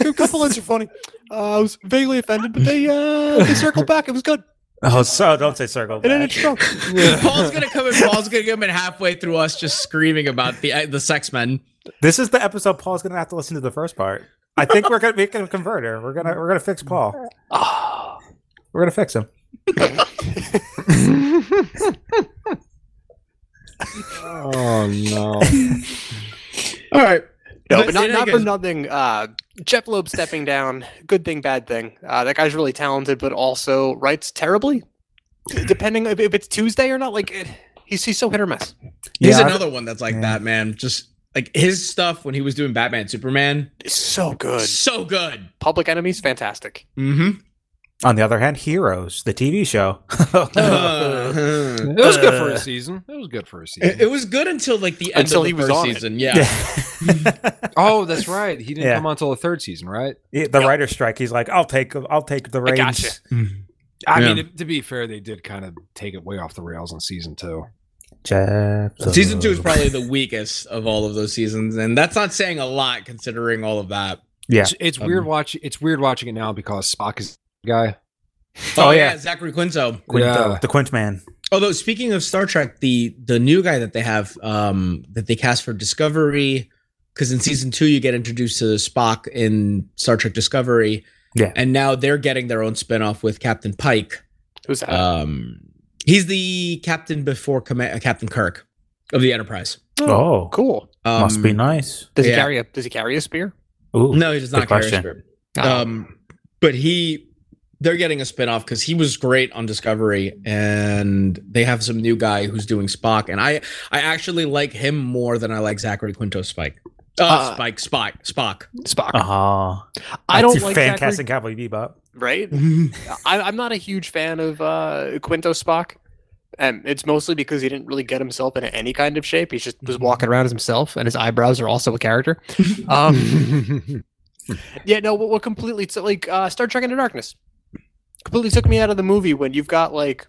Speaker 3: A couple lines are funny. Uh, I was vaguely offended, but they uh, they circled back. It was good.
Speaker 4: Oh, so don't say circle.
Speaker 3: It
Speaker 4: Back.
Speaker 3: ended strong.
Speaker 2: Paul's gonna come in. Paul's gonna come in halfway through us, just screaming about the uh, the sex men.
Speaker 4: This is the episode Paul's gonna have to listen to the first part. I think we're gonna make him a converter. We're gonna we're gonna
Speaker 2: <sighs>
Speaker 3: <laughs>
Speaker 4: fix Paul.
Speaker 3: Oh,
Speaker 4: We're gonna fix him.
Speaker 1: Oh no.
Speaker 2: All right.
Speaker 3: no, but not,
Speaker 2: Say that
Speaker 3: not for
Speaker 2: again.
Speaker 3: nothing. Uh, Jeff Loeb stepping down. Good thing, bad thing. Uh, that guy's really talented, but also writes terribly. D- Depending if, if it's Tuesday or not, like it, he's he's so hit or miss.
Speaker 2: He's
Speaker 4: Yeah, I-
Speaker 2: another one that's like
Speaker 4: yeah.
Speaker 2: that, man. Just like his stuff when he was doing Batman, Superman,
Speaker 3: It's so good.
Speaker 2: so good.
Speaker 3: Public Enemies, fantastic.
Speaker 2: Mm-hmm.
Speaker 4: On the other hand, Heroes, the TV
Speaker 2: <laughs>
Speaker 4: show.
Speaker 2: Oh, Uh,
Speaker 4: Oh.
Speaker 2: Uh-huh.
Speaker 3: Uh,
Speaker 1: It was good for a season. It was good for a
Speaker 2: it,
Speaker 1: season.
Speaker 2: it was good until like the end
Speaker 3: Until
Speaker 2: of the
Speaker 3: he was
Speaker 2: first
Speaker 3: on it.
Speaker 2: season. <laughs> Yeah.
Speaker 1: Oh, that's right. He didn't
Speaker 4: Yeah.
Speaker 1: come on until the third season, right?
Speaker 4: Yeah, the writer's strike. He's like, I'll take I'll take the reins.
Speaker 3: gotcha.
Speaker 1: I
Speaker 2: Yeah.
Speaker 1: mean, to be fair, they did kind of take it way off the rails in season two.
Speaker 4: Jeff
Speaker 2: Season two is
Speaker 4: Loeb.
Speaker 2: probably the weakest of all of those seasons, and that's not saying a lot considering all of that.
Speaker 4: Yeah.
Speaker 1: It's, it's
Speaker 2: Um,
Speaker 1: weird watching. It's weird watching it now because Spock is the guy.
Speaker 2: Oh,
Speaker 4: Oh,
Speaker 2: yeah.
Speaker 4: yeah.
Speaker 2: Zachary Quinto.
Speaker 4: Quinto,
Speaker 1: Yeah.
Speaker 4: the Quint man.
Speaker 2: Although speaking of Star Trek, the the new guy that they have um that they cast for Discovery, because in season two you get introduced to Spock in Star Trek Discovery.
Speaker 4: Yeah.
Speaker 2: And now they're getting their own spinoff with Captain Pike.
Speaker 3: Who's that?
Speaker 2: Um he's the captain before Command- uh, Captain Kirk of the Enterprise.
Speaker 4: Oh,
Speaker 3: cool.
Speaker 2: Um,
Speaker 4: must be nice.
Speaker 3: Does he
Speaker 2: yeah.
Speaker 3: carry a Does he carry a spear?
Speaker 4: Ooh,
Speaker 2: No, he does not
Speaker 4: Good
Speaker 2: carry a
Speaker 4: question.
Speaker 2: script.
Speaker 3: Ah.
Speaker 2: Um, but he, they're getting a spinoff because he was great on Discovery, and they have some new guy who's doing Spock, and I, I actually like him more than I like Zachary Quinto Spike. Uh,
Speaker 3: Uh,
Speaker 2: Spike, Spock, Spock.
Speaker 3: Spock.
Speaker 2: uh,
Speaker 4: Oh,
Speaker 3: I
Speaker 4: That's
Speaker 3: don't
Speaker 4: your
Speaker 3: like
Speaker 4: fan
Speaker 3: Zachary-
Speaker 4: casting
Speaker 2: <laughs>
Speaker 4: Cowboy Bebop.
Speaker 3: Right?
Speaker 2: Mhm.
Speaker 3: I, I'm not a huge fan of uh, Quinto Spock, and it's mostly because he didn't really get himself into any kind of shape. He just was
Speaker 2: Mm-hmm.
Speaker 3: walking around as himself, and his eyebrows are also
Speaker 2: <laughs>
Speaker 3: a character. Um, yeah, no, what, what completely t- like uh, Star Trek Into Darkness completely took me out of the movie when you've got like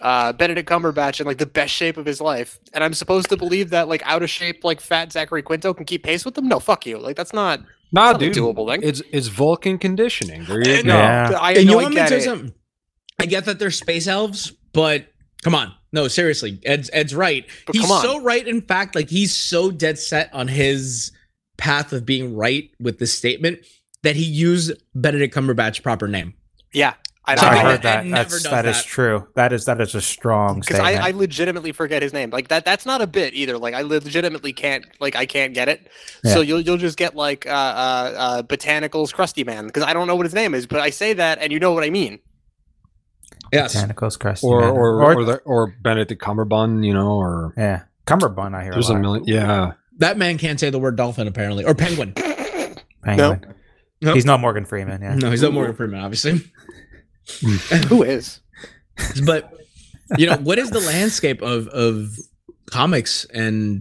Speaker 3: uh, Benedict Cumberbatch in like the best shape of his life, and I'm supposed to believe that like out of shape like fat Zachary Quinto can keep pace with him. No, fuck you. Like that's not,
Speaker 1: <laughs> nah,
Speaker 3: that's not a
Speaker 1: Ah, dude.
Speaker 3: doable thing.
Speaker 1: It's it's Vulcan conditioning. There you
Speaker 3: And-
Speaker 1: go.
Speaker 4: Yeah.
Speaker 3: I,
Speaker 2: And you
Speaker 3: know I
Speaker 2: want me to
Speaker 3: get
Speaker 2: tell you
Speaker 3: it.
Speaker 2: something? I get that they're space elves, but come on, no, seriously, Ed's Ed's right.
Speaker 3: But
Speaker 2: he's
Speaker 3: come on.
Speaker 2: so right. In fact, like he's so dead set on his path of being right with this statement that he used Benedict Cumberbatch's proper name.
Speaker 3: Yeah, I
Speaker 2: So
Speaker 4: I
Speaker 2: Something
Speaker 4: heard
Speaker 2: that
Speaker 4: that.
Speaker 2: Ed never
Speaker 4: That's,
Speaker 2: does
Speaker 4: that is
Speaker 2: that.
Speaker 4: true. That is that is a strong
Speaker 3: because
Speaker 4: statement.
Speaker 3: I, I legitimately forget his name. Like that that's not a bit either. Like I legitimately can't like I can't get it. So you'll you'll just get like uh, uh, uh, botanicals crusty man because I don't know what his name is, but I say that and you know what I mean. <coughs>
Speaker 2: Yes.
Speaker 4: Botanicals crust.
Speaker 1: or
Speaker 4: yeah.
Speaker 1: or or, the, or Benedict Cumberbund, you know, or
Speaker 4: yeah, cummerbund. I hear
Speaker 1: there's
Speaker 4: a,
Speaker 1: a
Speaker 4: lot.
Speaker 1: million. Yeah,
Speaker 2: That man can't say the word dolphin apparently, or penguin.
Speaker 4: Penguin.
Speaker 2: Nope.
Speaker 4: He's not Morgan Freeman. Yeah.
Speaker 2: No, he's no Morgan Freeman, obviously. <laughs>
Speaker 3: Who is?
Speaker 2: but you know, what is the landscape of of comics and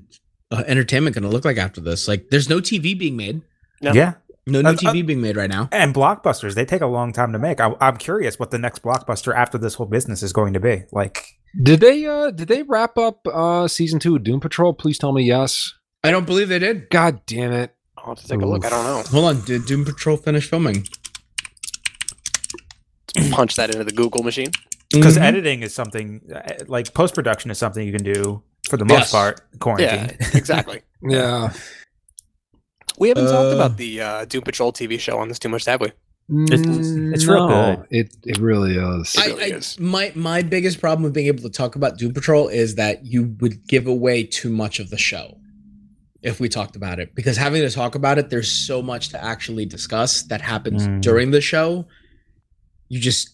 Speaker 2: uh, entertainment going to look like after this? Like, there's no TV being made.
Speaker 3: No.
Speaker 4: Yeah,
Speaker 2: No new
Speaker 4: Uh, uh,
Speaker 2: TV being made right now.
Speaker 4: and blockbusters they take a long time to make. I, I'm curious what the next blockbuster after this whole business is going to be. Like,
Speaker 1: did they uh did they wrap up uh season two of Doom Patrol? Please tell me yes.
Speaker 2: I don't believe they did.
Speaker 1: God damn it!
Speaker 3: I'll have to take a look. I don't know.
Speaker 2: Hold on, did Doom Patrol finish filming?
Speaker 3: Punch that into the Google machine.
Speaker 4: because
Speaker 2: Mhm.
Speaker 4: editing is something uh, like post production is something you can do for the most
Speaker 2: Yes.
Speaker 4: part quarantine.
Speaker 3: Yeah, exactly.
Speaker 1: Yeah,
Speaker 3: We
Speaker 4: <laughs>
Speaker 3: haven't talked
Speaker 2: Uh,
Speaker 3: about the uh, Doom Patrol TV show on this too much, have we?
Speaker 4: It's- it's real good.
Speaker 1: Mm, It it really is.
Speaker 2: I,
Speaker 3: really
Speaker 2: I,
Speaker 3: is.
Speaker 2: my my biggest problem with being able to talk about Doom Patrol is that you would give away too much of the show if we talked about it because having to talk about it, there's so much to actually discuss that happens
Speaker 4: Mm.
Speaker 2: during the show. You just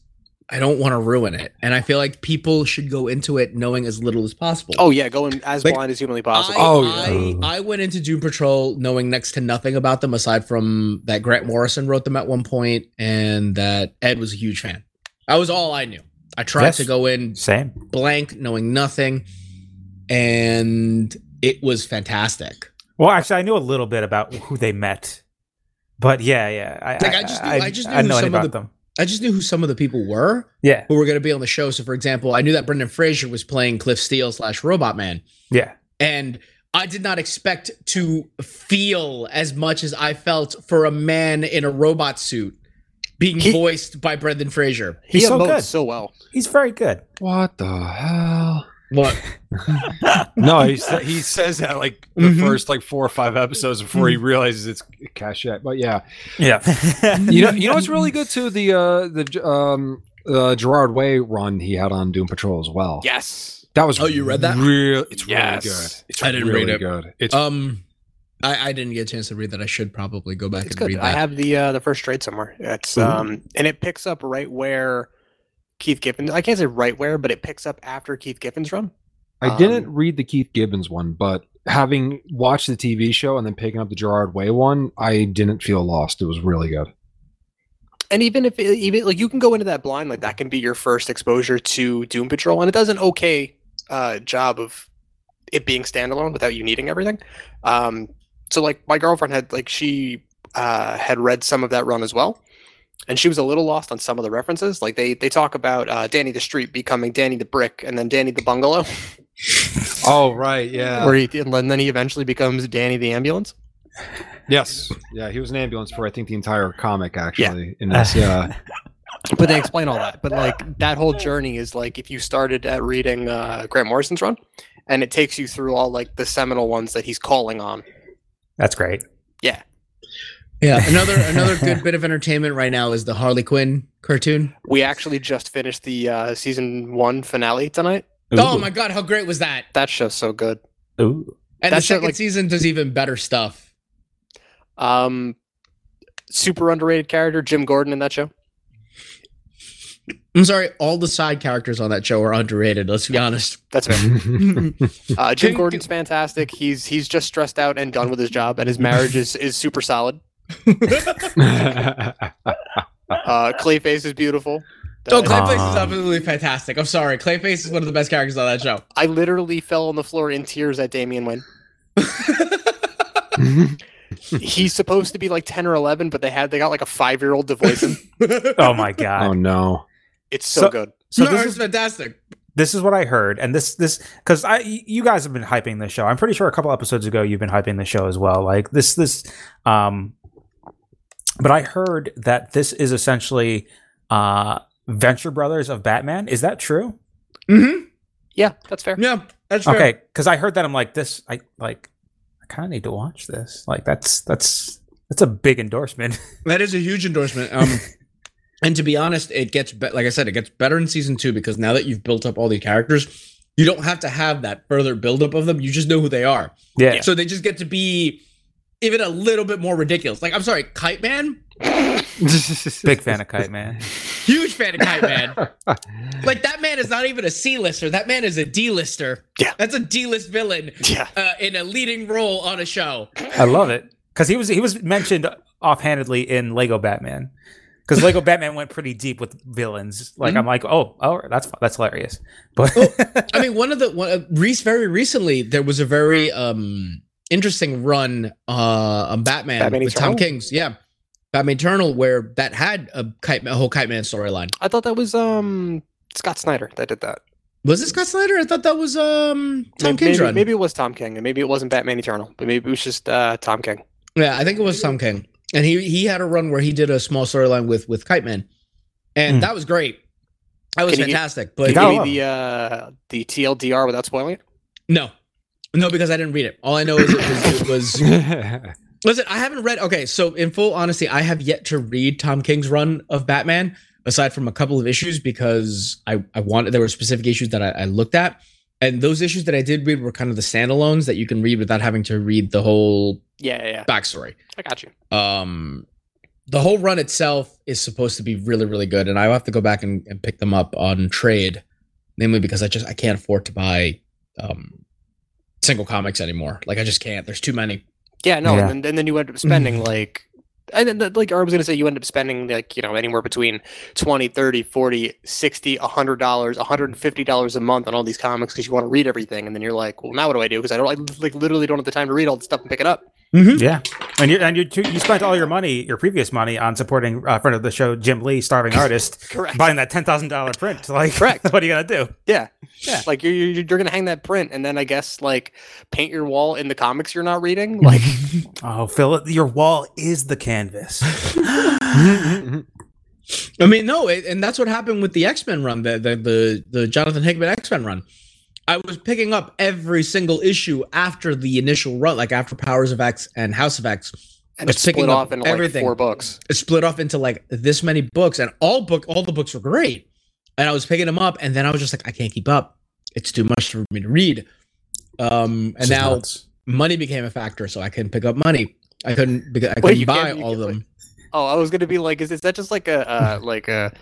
Speaker 2: I don't want to ruin it, and I feel like people should go into it knowing as little as possible.
Speaker 3: Oh yeah, going as
Speaker 2: Like,
Speaker 3: blind as humanly
Speaker 2: I,
Speaker 3: possible.
Speaker 1: Oh,
Speaker 2: I, I went into Doom Patrol knowing next to nothing about them aside from that Grant Morrison wrote them at one point and that Ed was a huge fan. That was all I knew. I tried
Speaker 4: Yes.
Speaker 2: to go in
Speaker 4: <laughs> Same.
Speaker 2: blank, knowing nothing, and it was fantastic.
Speaker 4: Well, actually, I knew a little bit about who they met, but yeah, yeah. I,
Speaker 2: Like, I just knew- I just knew
Speaker 4: didn't know
Speaker 2: some
Speaker 4: any
Speaker 2: of
Speaker 4: about
Speaker 2: the-
Speaker 4: them.
Speaker 2: I just knew who some of the people were
Speaker 4: Yeah,
Speaker 2: who were going to be on the show. So, for example, I knew that Brendan Fraser was playing Cliff Steele slash Robot Man.
Speaker 4: yeah.
Speaker 2: and I did not expect to feel as much as I felt for a man in a robot suit being
Speaker 3: He-
Speaker 2: voiced by Brendan Fraser.
Speaker 3: he
Speaker 4: He's so
Speaker 3: emotes
Speaker 4: good.
Speaker 3: so well.
Speaker 4: He's very good.
Speaker 1: what the hell?
Speaker 3: <laughs>
Speaker 2: What?
Speaker 6: No, he sa- he says that like the
Speaker 1: Mm-hmm.
Speaker 2: Mhm.
Speaker 6: first like four or five episodes before he realizes it's cachet. But yeah,
Speaker 4: Yeah.
Speaker 1: You know, you know what's really
Speaker 4: <laughs>
Speaker 1: good too the uh the um uh Gerard Way run he had on Doom Patrol as well.
Speaker 3: Yes.
Speaker 1: that was
Speaker 2: Oh, you read that?
Speaker 1: Real, it's
Speaker 3: Yes.
Speaker 1: really good. It's
Speaker 2: I didn't
Speaker 1: really
Speaker 2: read it.
Speaker 1: good. It's
Speaker 2: Um, I, I didn't get a chance to read that. I should probably go back
Speaker 3: It's
Speaker 2: and
Speaker 3: good.
Speaker 2: read
Speaker 3: I
Speaker 2: that. Mm-hmm.
Speaker 3: have the uh, the first trade somewhere. It's
Speaker 4: Mhm.
Speaker 3: um and it picks up right where Keith Giffen. I can't say right where, but it picks up after Keith Giffen's run.
Speaker 1: I
Speaker 3: um,
Speaker 1: didn't read the Keith Gibbons one, but having watched the TV show and then picking up the Gerard Way one, I didn't feel lost. It was really good.
Speaker 3: And even if it- even like you can go into that blind, like that can be your first exposure to Doom Patrol, and it does an okay uh, job of it being standalone without you needing everything. Um, so like my girlfriend had like she uh, had read some of that run as well, and she was a little lost on some of the references. Like they they talk about uh, Danny the Street becoming Danny the Brick, and then Danny the Bungalow,
Speaker 6: oh right,
Speaker 1: Uh,
Speaker 6: yeah,
Speaker 3: where he and then he eventually becomes Danny the Ambulance.
Speaker 1: Yes, yeah, he was an ambulance for I think the entire comic actually. <laughs> In this, yeah,
Speaker 3: But they explain all that. But like that whole journey is like if you started at reading uh, Grant Morrison's run, and it takes you through all like the seminal ones that he's calling on.
Speaker 4: That's great.
Speaker 2: yeah,
Speaker 3: <laughs>
Speaker 2: another another good bit of entertainment right now is the Harley Quinn cartoon.
Speaker 3: We actually just finished the uh, season one finale tonight.
Speaker 2: Oh my god, how great was that?
Speaker 3: That show's so good.
Speaker 4: Ooh.
Speaker 2: And
Speaker 3: That's
Speaker 2: the
Speaker 3: not
Speaker 2: second
Speaker 3: like-
Speaker 2: season does even better stuff.
Speaker 3: Um, super underrated character Jim Gordon in that show.
Speaker 2: I'm sorry, all the side characters on that show are underrated. Let's be
Speaker 3: <laughs>
Speaker 2: honest. <laughs>
Speaker 1: <laughs>
Speaker 3: That's fair.
Speaker 1: Oh,
Speaker 3: Uh, Jim
Speaker 2: Jim-
Speaker 3: Gordon's fantastic. He's he's just stressed out and done with his job, and his marriage is is super solid. Uh, Clayface is beautiful.
Speaker 2: Oh,
Speaker 3: Uh,
Speaker 2: Clayface is
Speaker 4: Um,
Speaker 2: absolutely fantastic. I'm sorry, Clayface is one of the best characters on that show.
Speaker 3: I literally fell on the floor in tears at Damian Wayne. He's supposed to be like ten or eleven, but they had they got like a five year old to voice
Speaker 2: <laughs>
Speaker 3: <laughs> him.
Speaker 4: Oh my god.
Speaker 1: oh no!
Speaker 3: It's so,
Speaker 4: So-
Speaker 3: good.
Speaker 4: So
Speaker 2: no,
Speaker 4: this
Speaker 2: it's
Speaker 4: is
Speaker 2: fantastic.
Speaker 4: this is what I heard, and this this because I you guys have been hyping this show. I'm pretty sure a couple episodes ago you've been hyping the show as well. Like this this, um, but I heard that this is essentially uh Venture Brothers of Batman. Is that true?
Speaker 2: Mm-hmm.
Speaker 3: Yeah, that's fair.
Speaker 2: Yeah, that's fair.
Speaker 4: Okay, because I heard that I'm like this. I like. I kind of need to watch this. Like that's that's that's a big endorsement. <laughs>
Speaker 2: That is a huge endorsement. Um, and to be honest, it gets be- like I said, it gets better in season two because now that you've built up all the characters, you don't have to have that further buildup of them. You just know who they are,
Speaker 4: Yeah.
Speaker 2: so they just get to be even a little bit more ridiculous. Like I'm sorry, Kite Man,
Speaker 1: <laughs>
Speaker 4: big fan of Kite Man.
Speaker 2: huge fan of Kite
Speaker 3: <laughs>
Speaker 2: Man. like that man is not even a C-lister. That man is a D-lister.
Speaker 3: Yeah.
Speaker 2: that's a D-list villain
Speaker 3: Yeah.
Speaker 2: uh, in a leading role on a show.
Speaker 4: I love it because he was he was mentioned offhandedly in Lego Batman because <laughs> Lego Batman went pretty deep with villains. Like I'm like, oh, oh, that's fu- that's hilarious. But <laughs>
Speaker 2: I mean, one of the one, uh, Reese very recently there was a very um interesting run uh on Batman,
Speaker 3: Batman
Speaker 2: with Tom
Speaker 3: Eternal?
Speaker 2: King's, yeah, Batman Eternal, where that had a kite, a whole kite man storyline.
Speaker 3: I thought that was um Scott Snyder that did that.
Speaker 2: Was it Scott Snyder? I thought that was um Tom
Speaker 3: maybe,
Speaker 2: King's
Speaker 3: maybe,
Speaker 2: run.
Speaker 3: maybe it was Tom King, and maybe it wasn't Batman Eternal, but maybe it was just uh, Tom King.
Speaker 2: Yeah, I think it was Tom King, and he he had a run where he did a small storyline with with Kite Man, and
Speaker 4: Hmm.
Speaker 2: that was great. That was
Speaker 3: Can you-
Speaker 2: fantastic,
Speaker 3: Did
Speaker 2: but
Speaker 3: you
Speaker 4: got
Speaker 3: give
Speaker 4: one.
Speaker 3: me the uh, the TLDR without spoiling it?
Speaker 2: no, no, because I didn't read it. All I know is it was, it was
Speaker 4: <laughs>
Speaker 1: <laughs>
Speaker 2: Listen, I haven't read. Okay, so in full honesty, I have yet to read Tom King's run of Batman, aside from a couple of issues because I I wanted there were specific issues that I, I looked at, and those issues that I did read were kind of the standalones that you can read without having to read the whole
Speaker 3: Yeah, yeah, yeah.
Speaker 2: backstory.
Speaker 3: I got you.
Speaker 2: Um, the whole run itself is supposed to be really really good, and I will have to go back and, and pick them up on trade, namely because I just I can't afford to buy um single comics anymore. Like I just can't. There's too many.
Speaker 3: Yeah, no,
Speaker 4: Yeah.
Speaker 3: And, then, and then you end
Speaker 2: <laughs>
Speaker 3: up spending like, and then, the- like I was going to say, you end up spending like, you know, anywhere between 20, 30, 40, 60, $100, $150 a month on all these comics because you want to read everything. And then you're like, well, now what do I do? Because I don't, I, like, literally don't have the time to read all the stuff and pick it up. <laughs>
Speaker 4: yeah, and you and you too, you spent all your money, your previous money, on supporting uh, friend of the show Jim Lee, <laughs> starving artist,
Speaker 3: Correct.
Speaker 4: buying that ten thousand dollar print. Like,
Speaker 3: Correct.
Speaker 4: <laughs> what are you gonna do?
Speaker 3: Like you're, you're, you're going to hang that print and then I guess like paint your wall in the comics you're
Speaker 2: <laughs>
Speaker 3: not reading. Like,
Speaker 4: Oh, Phil, your wall is the <laughs> canvas.
Speaker 1: Mm-hmm.
Speaker 2: I mean, no, it, and that's what happened with the X Men run, the, the the the Jonathan Hickman X Men run. I was picking up every single issue after the initial run, like after Powers of X and House of X.
Speaker 3: and
Speaker 2: It's
Speaker 3: it's split
Speaker 2: picking up
Speaker 3: off into
Speaker 2: everything.
Speaker 3: like four books.
Speaker 2: It split off into like this many books, and all book all the books were great. And I was picking them up, and then I was just like, I can't keep up. It's too much for me to read. Um, and
Speaker 4: This is
Speaker 2: now
Speaker 4: nuts.
Speaker 2: money became a factor, so I couldn't pick up money. I couldn't. Because I couldn't
Speaker 3: Wait, you
Speaker 2: buy
Speaker 3: can't- you
Speaker 2: all of
Speaker 3: can't-
Speaker 2: them.
Speaker 3: Oh, I was gonna be like, is, is that just like
Speaker 2: <laughs>
Speaker 3: a uh, like a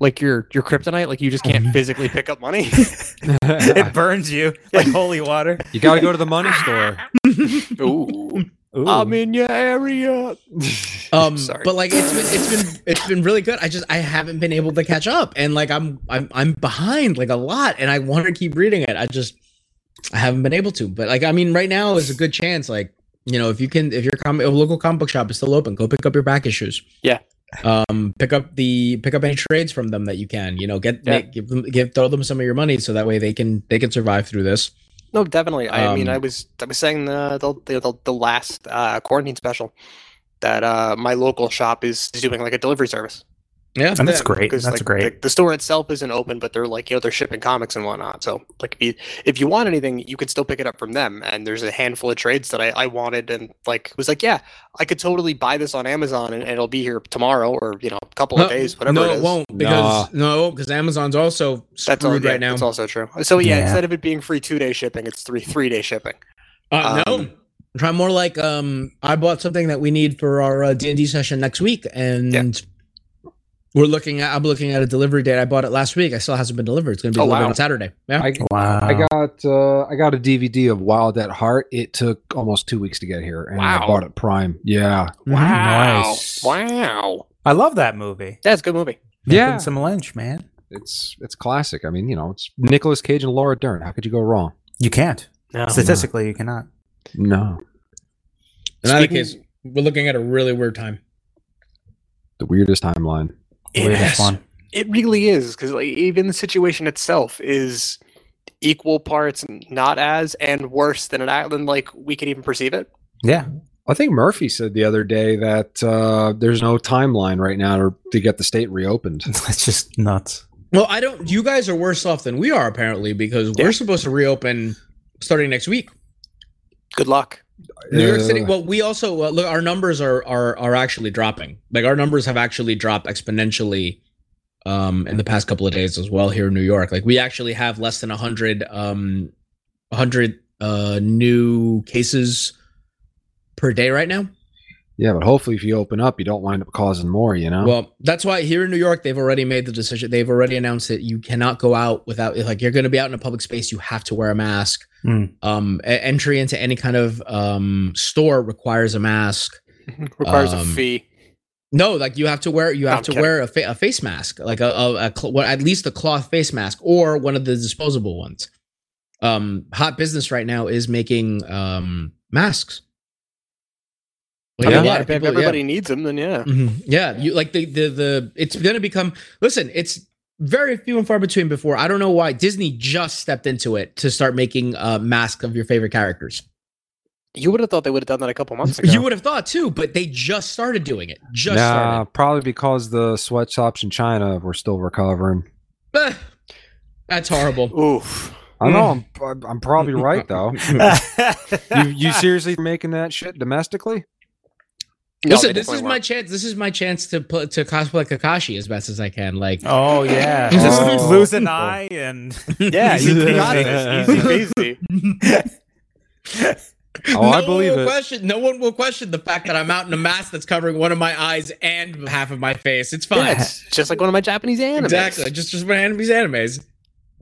Speaker 3: like your your kryptonite? Like you just
Speaker 2: Um.
Speaker 3: can't physically pick
Speaker 2: <laughs>
Speaker 3: up money?
Speaker 4: it burns you like holy water.
Speaker 6: you gotta go to the money store.
Speaker 3: Ooh,
Speaker 4: Ooh.
Speaker 3: I'm in your area.
Speaker 2: <laughs> um
Speaker 3: Sorry.
Speaker 2: but like it's been it's been it's been really good i just i haven't been able to catch up and like i'm i'm, I'm behind like a lot and i want to keep reading it i just i haven't been able to but like i mean right now is a good chance like you know if you can if your com- if local comic book shop is still open go pick up your back issues
Speaker 3: Yeah.
Speaker 2: um pick up the pick up any trades from them that you can you know get
Speaker 3: Yeah.
Speaker 2: make- give them give throw them some of your money so that way they can they can survive through this
Speaker 3: No, definitely. I mean,
Speaker 2: Um,
Speaker 3: I was I was saying the the the, the last uh, quarantine special that uh, my local shop is is doing like a delivery service.
Speaker 2: yeah
Speaker 4: and that's great.
Speaker 3: because
Speaker 4: That's
Speaker 3: like,
Speaker 4: great.
Speaker 3: The, the store itself isn't open, but they're like you know they're shipping comics and whatnot. So like if you if you want anything, you could still pick it up from them. And there's a handful of trades that I, I wanted and like was like yeah, I could totally buy this on Amazon and, and it'll be here tomorrow or you know a couple
Speaker 2: no,
Speaker 3: of days, whatever.
Speaker 2: no
Speaker 3: it
Speaker 2: it,
Speaker 3: is.
Speaker 2: won't because no because amazon's also screwed
Speaker 3: That's all, yeah,
Speaker 2: right now
Speaker 3: That's also true. So yeah,
Speaker 4: Yeah.
Speaker 3: instead of it being free two day shipping, it's three three day shipping.
Speaker 2: Uh, no,
Speaker 3: Um,
Speaker 2: try more like um. I bought something that we need for our uh, D and D session next week, and
Speaker 3: Yeah.
Speaker 2: we're looking at. I'm looking at a delivery date. I bought it last week. I still hasn't been delivered. It's gonna be
Speaker 3: Oh,
Speaker 2: delivered
Speaker 3: wow.
Speaker 2: on Saturday. Yeah.
Speaker 1: I,
Speaker 4: wow.
Speaker 1: I got uh, I got a DVD of Wild at Heart. It took almost two weeks to get here, and I
Speaker 3: Wow.
Speaker 1: bought it Prime. Yeah,
Speaker 2: Mm-hmm.
Speaker 4: Nice.
Speaker 3: wow,
Speaker 4: I love that movie.
Speaker 3: that's a good movie.
Speaker 1: Yeah.
Speaker 4: Making some Lynch, man.
Speaker 1: it's it's classic. I mean, you know, it's Nicolas Cage and Laura Dern. How could you go wrong?
Speaker 4: You can't.
Speaker 3: No.
Speaker 4: Statistically, you cannot.
Speaker 1: No,
Speaker 2: In either
Speaker 3: Speaking-
Speaker 2: case, we're looking at a really weird time.
Speaker 1: the weirdest timeline.
Speaker 2: It
Speaker 4: Weirdest
Speaker 2: is.
Speaker 4: <laughs> one.
Speaker 3: It really is because like even the situation itself is equal parts not as and worse than an island like we can even perceive it.
Speaker 4: Yeah.
Speaker 1: I think Murphy said the other day that uh, there's no timeline right now to, to get the state reopened.
Speaker 4: That's just nuts.
Speaker 2: Well, I don't. You guys are worse off than we are apparently because we're supposed to reopen starting next week.
Speaker 3: Good luck.
Speaker 2: New York
Speaker 1: Uh,
Speaker 2: City. Well, we also uh, look. Our numbers are are are actually dropping. Like our numbers have actually dropped exponentially um, in the past couple of days as well here in New York. Like we actually have less than hundred um, hundred uh, new cases per day right now.
Speaker 1: Yeah, but hopefully, if you open up, you don't wind up causing more. You know.
Speaker 2: Well, that's why here in New York they've already made the decision. They've already announced that you cannot go out without like you're going to be out in a public space. You have to wear a mask.
Speaker 4: Mm.
Speaker 2: Um, e- entry into any kind of um, store requires a mask.
Speaker 3: <laughs> Requires a
Speaker 2: Um,
Speaker 3: fee.
Speaker 2: No, like you have to wear you
Speaker 3: No,
Speaker 2: have
Speaker 3: I'm
Speaker 2: to
Speaker 3: kidding.
Speaker 2: wear a, fa- a face mask, like a, a, a cl- well, at least a cloth face mask or one of the disposable ones. Um, hot business right now is making um masks. Like,
Speaker 3: I mean,
Speaker 2: a
Speaker 3: yeah,
Speaker 2: lot of
Speaker 3: if
Speaker 2: people, yeah.
Speaker 3: everybody needs them, then yeah.
Speaker 2: Mhm. Yeah, you like the the the it's going to become listen, it's very few and far between before. I don't know why Disney just stepped into it to start making uh masks of your favorite characters.
Speaker 3: You would have thought they would have done that a couple months ago.
Speaker 2: You would have thought too, but they just started doing it. Just
Speaker 1: nah, probably because the sweatshops in China were still recovering.
Speaker 2: started. Eh, That's horrible. <laughs>
Speaker 3: Oof.
Speaker 1: I know
Speaker 2: Hmm.
Speaker 1: I'm, I'm probably right though. you,
Speaker 4: <laughs>
Speaker 1: you seriously making that shit domestically?
Speaker 3: No,
Speaker 2: Listen,
Speaker 3: they
Speaker 2: this is
Speaker 3: definitely
Speaker 2: my
Speaker 3: weren't.
Speaker 2: chance. This is my chance to pl- to cosplay Kakashi as best as I can. Like,
Speaker 4: oh yeah,
Speaker 1: Oh.
Speaker 4: just lose an eye and <laughs> yeah, you got <laughs> it. Easy.
Speaker 2: <laughs>
Speaker 3: Easy peasy.
Speaker 1: Oh,
Speaker 2: no
Speaker 1: I
Speaker 2: one
Speaker 1: believe
Speaker 2: will
Speaker 1: it.
Speaker 2: Question, no one will question the fact that I'm out in a mask that's covering one of my eyes and half of my face. It's fine.
Speaker 3: Yeah, it's just like one of my Japanese animes.
Speaker 2: Exactly. Just just my enemies animes.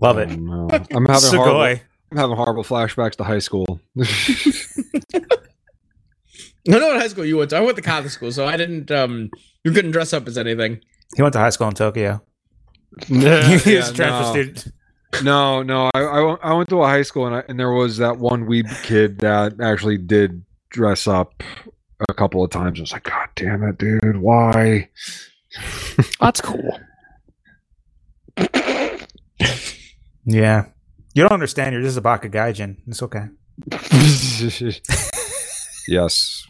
Speaker 4: Love
Speaker 1: Oh,
Speaker 4: it.
Speaker 1: no. I'm having horrible,
Speaker 4: Sugoi.
Speaker 1: I'm having horrible flashbacks to high school.
Speaker 2: No, no, in high school you went to. I went to Catholic school, so I didn't um you couldn't dress up as anything.
Speaker 4: He went to high school in Tokyo.
Speaker 1: Yeah,
Speaker 4: <laughs> he was a transfer
Speaker 1: no.
Speaker 4: student.
Speaker 1: No, no, I, I went- I went to a high school and I, and there was that one weeb kid that actually did dress up a couple of times. I was like, God damn it, dude, why?
Speaker 3: That's cool.
Speaker 4: Yeah. You don't understand. You're just a Baka Gaijin. It's okay. <laughs>
Speaker 1: yes,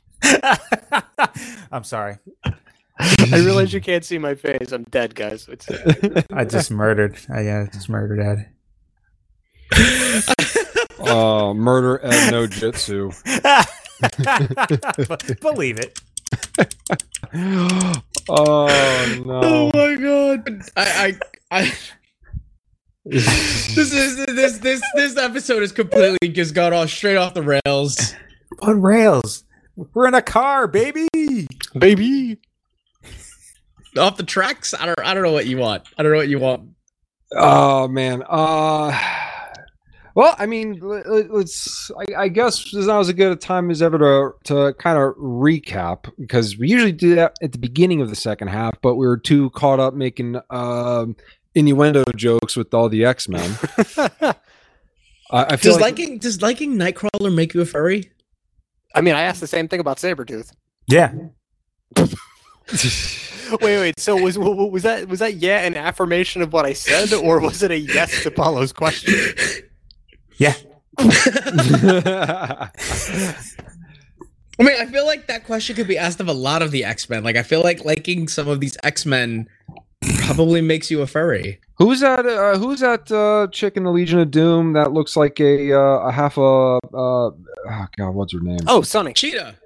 Speaker 4: I'm sorry.
Speaker 7: <laughs>
Speaker 3: I realize you can't see my face. I'm dead, guys. It's,
Speaker 4: I just murdered. I, yeah, I just murdered Ed. <laughs>
Speaker 1: uh, murder and no jitsu.
Speaker 4: Believe it.
Speaker 1: oh no.
Speaker 2: my god. I I,
Speaker 1: <laughs>
Speaker 2: I this is this this this episode is completely just got off straight off the rails.
Speaker 4: On rails. We're in a car, baby.
Speaker 3: <laughs> baby.
Speaker 2: Off the tracks? I don't I don't know what you want. I don't know what you want.
Speaker 1: Oh man. Uh <sighs> well, I mean, l- l- let's. I, I guess this is not as good a time as ever to to kind of recap because we usually do that at the beginning of the second half, but we were too caught up making um, innuendo jokes with all the X
Speaker 2: <laughs>
Speaker 1: Men. I, I feel
Speaker 2: Does
Speaker 1: like,
Speaker 2: liking does liking Nightcrawler make you a <laughs> furry?
Speaker 3: I mean, I asked the same thing about Sabretooth.
Speaker 4: Yeah.
Speaker 3: Wait, wait. So was wa- wa- was that was that yeah an affirmation of what I said, or was it a yes to
Speaker 2: <laughs>
Speaker 3: Paulo's question?
Speaker 2: I mean, I feel like that question could be asked of a lot of the X Men. Like, I feel like liking some of these X Men probably makes you a furry.
Speaker 1: <laughs> who's that? Uh, who's that uh, chick in the Legion of Doom that looks like a uh, a half a? Uh, oh God, what's her name?
Speaker 3: Oh, Sonny.
Speaker 2: Cheetah,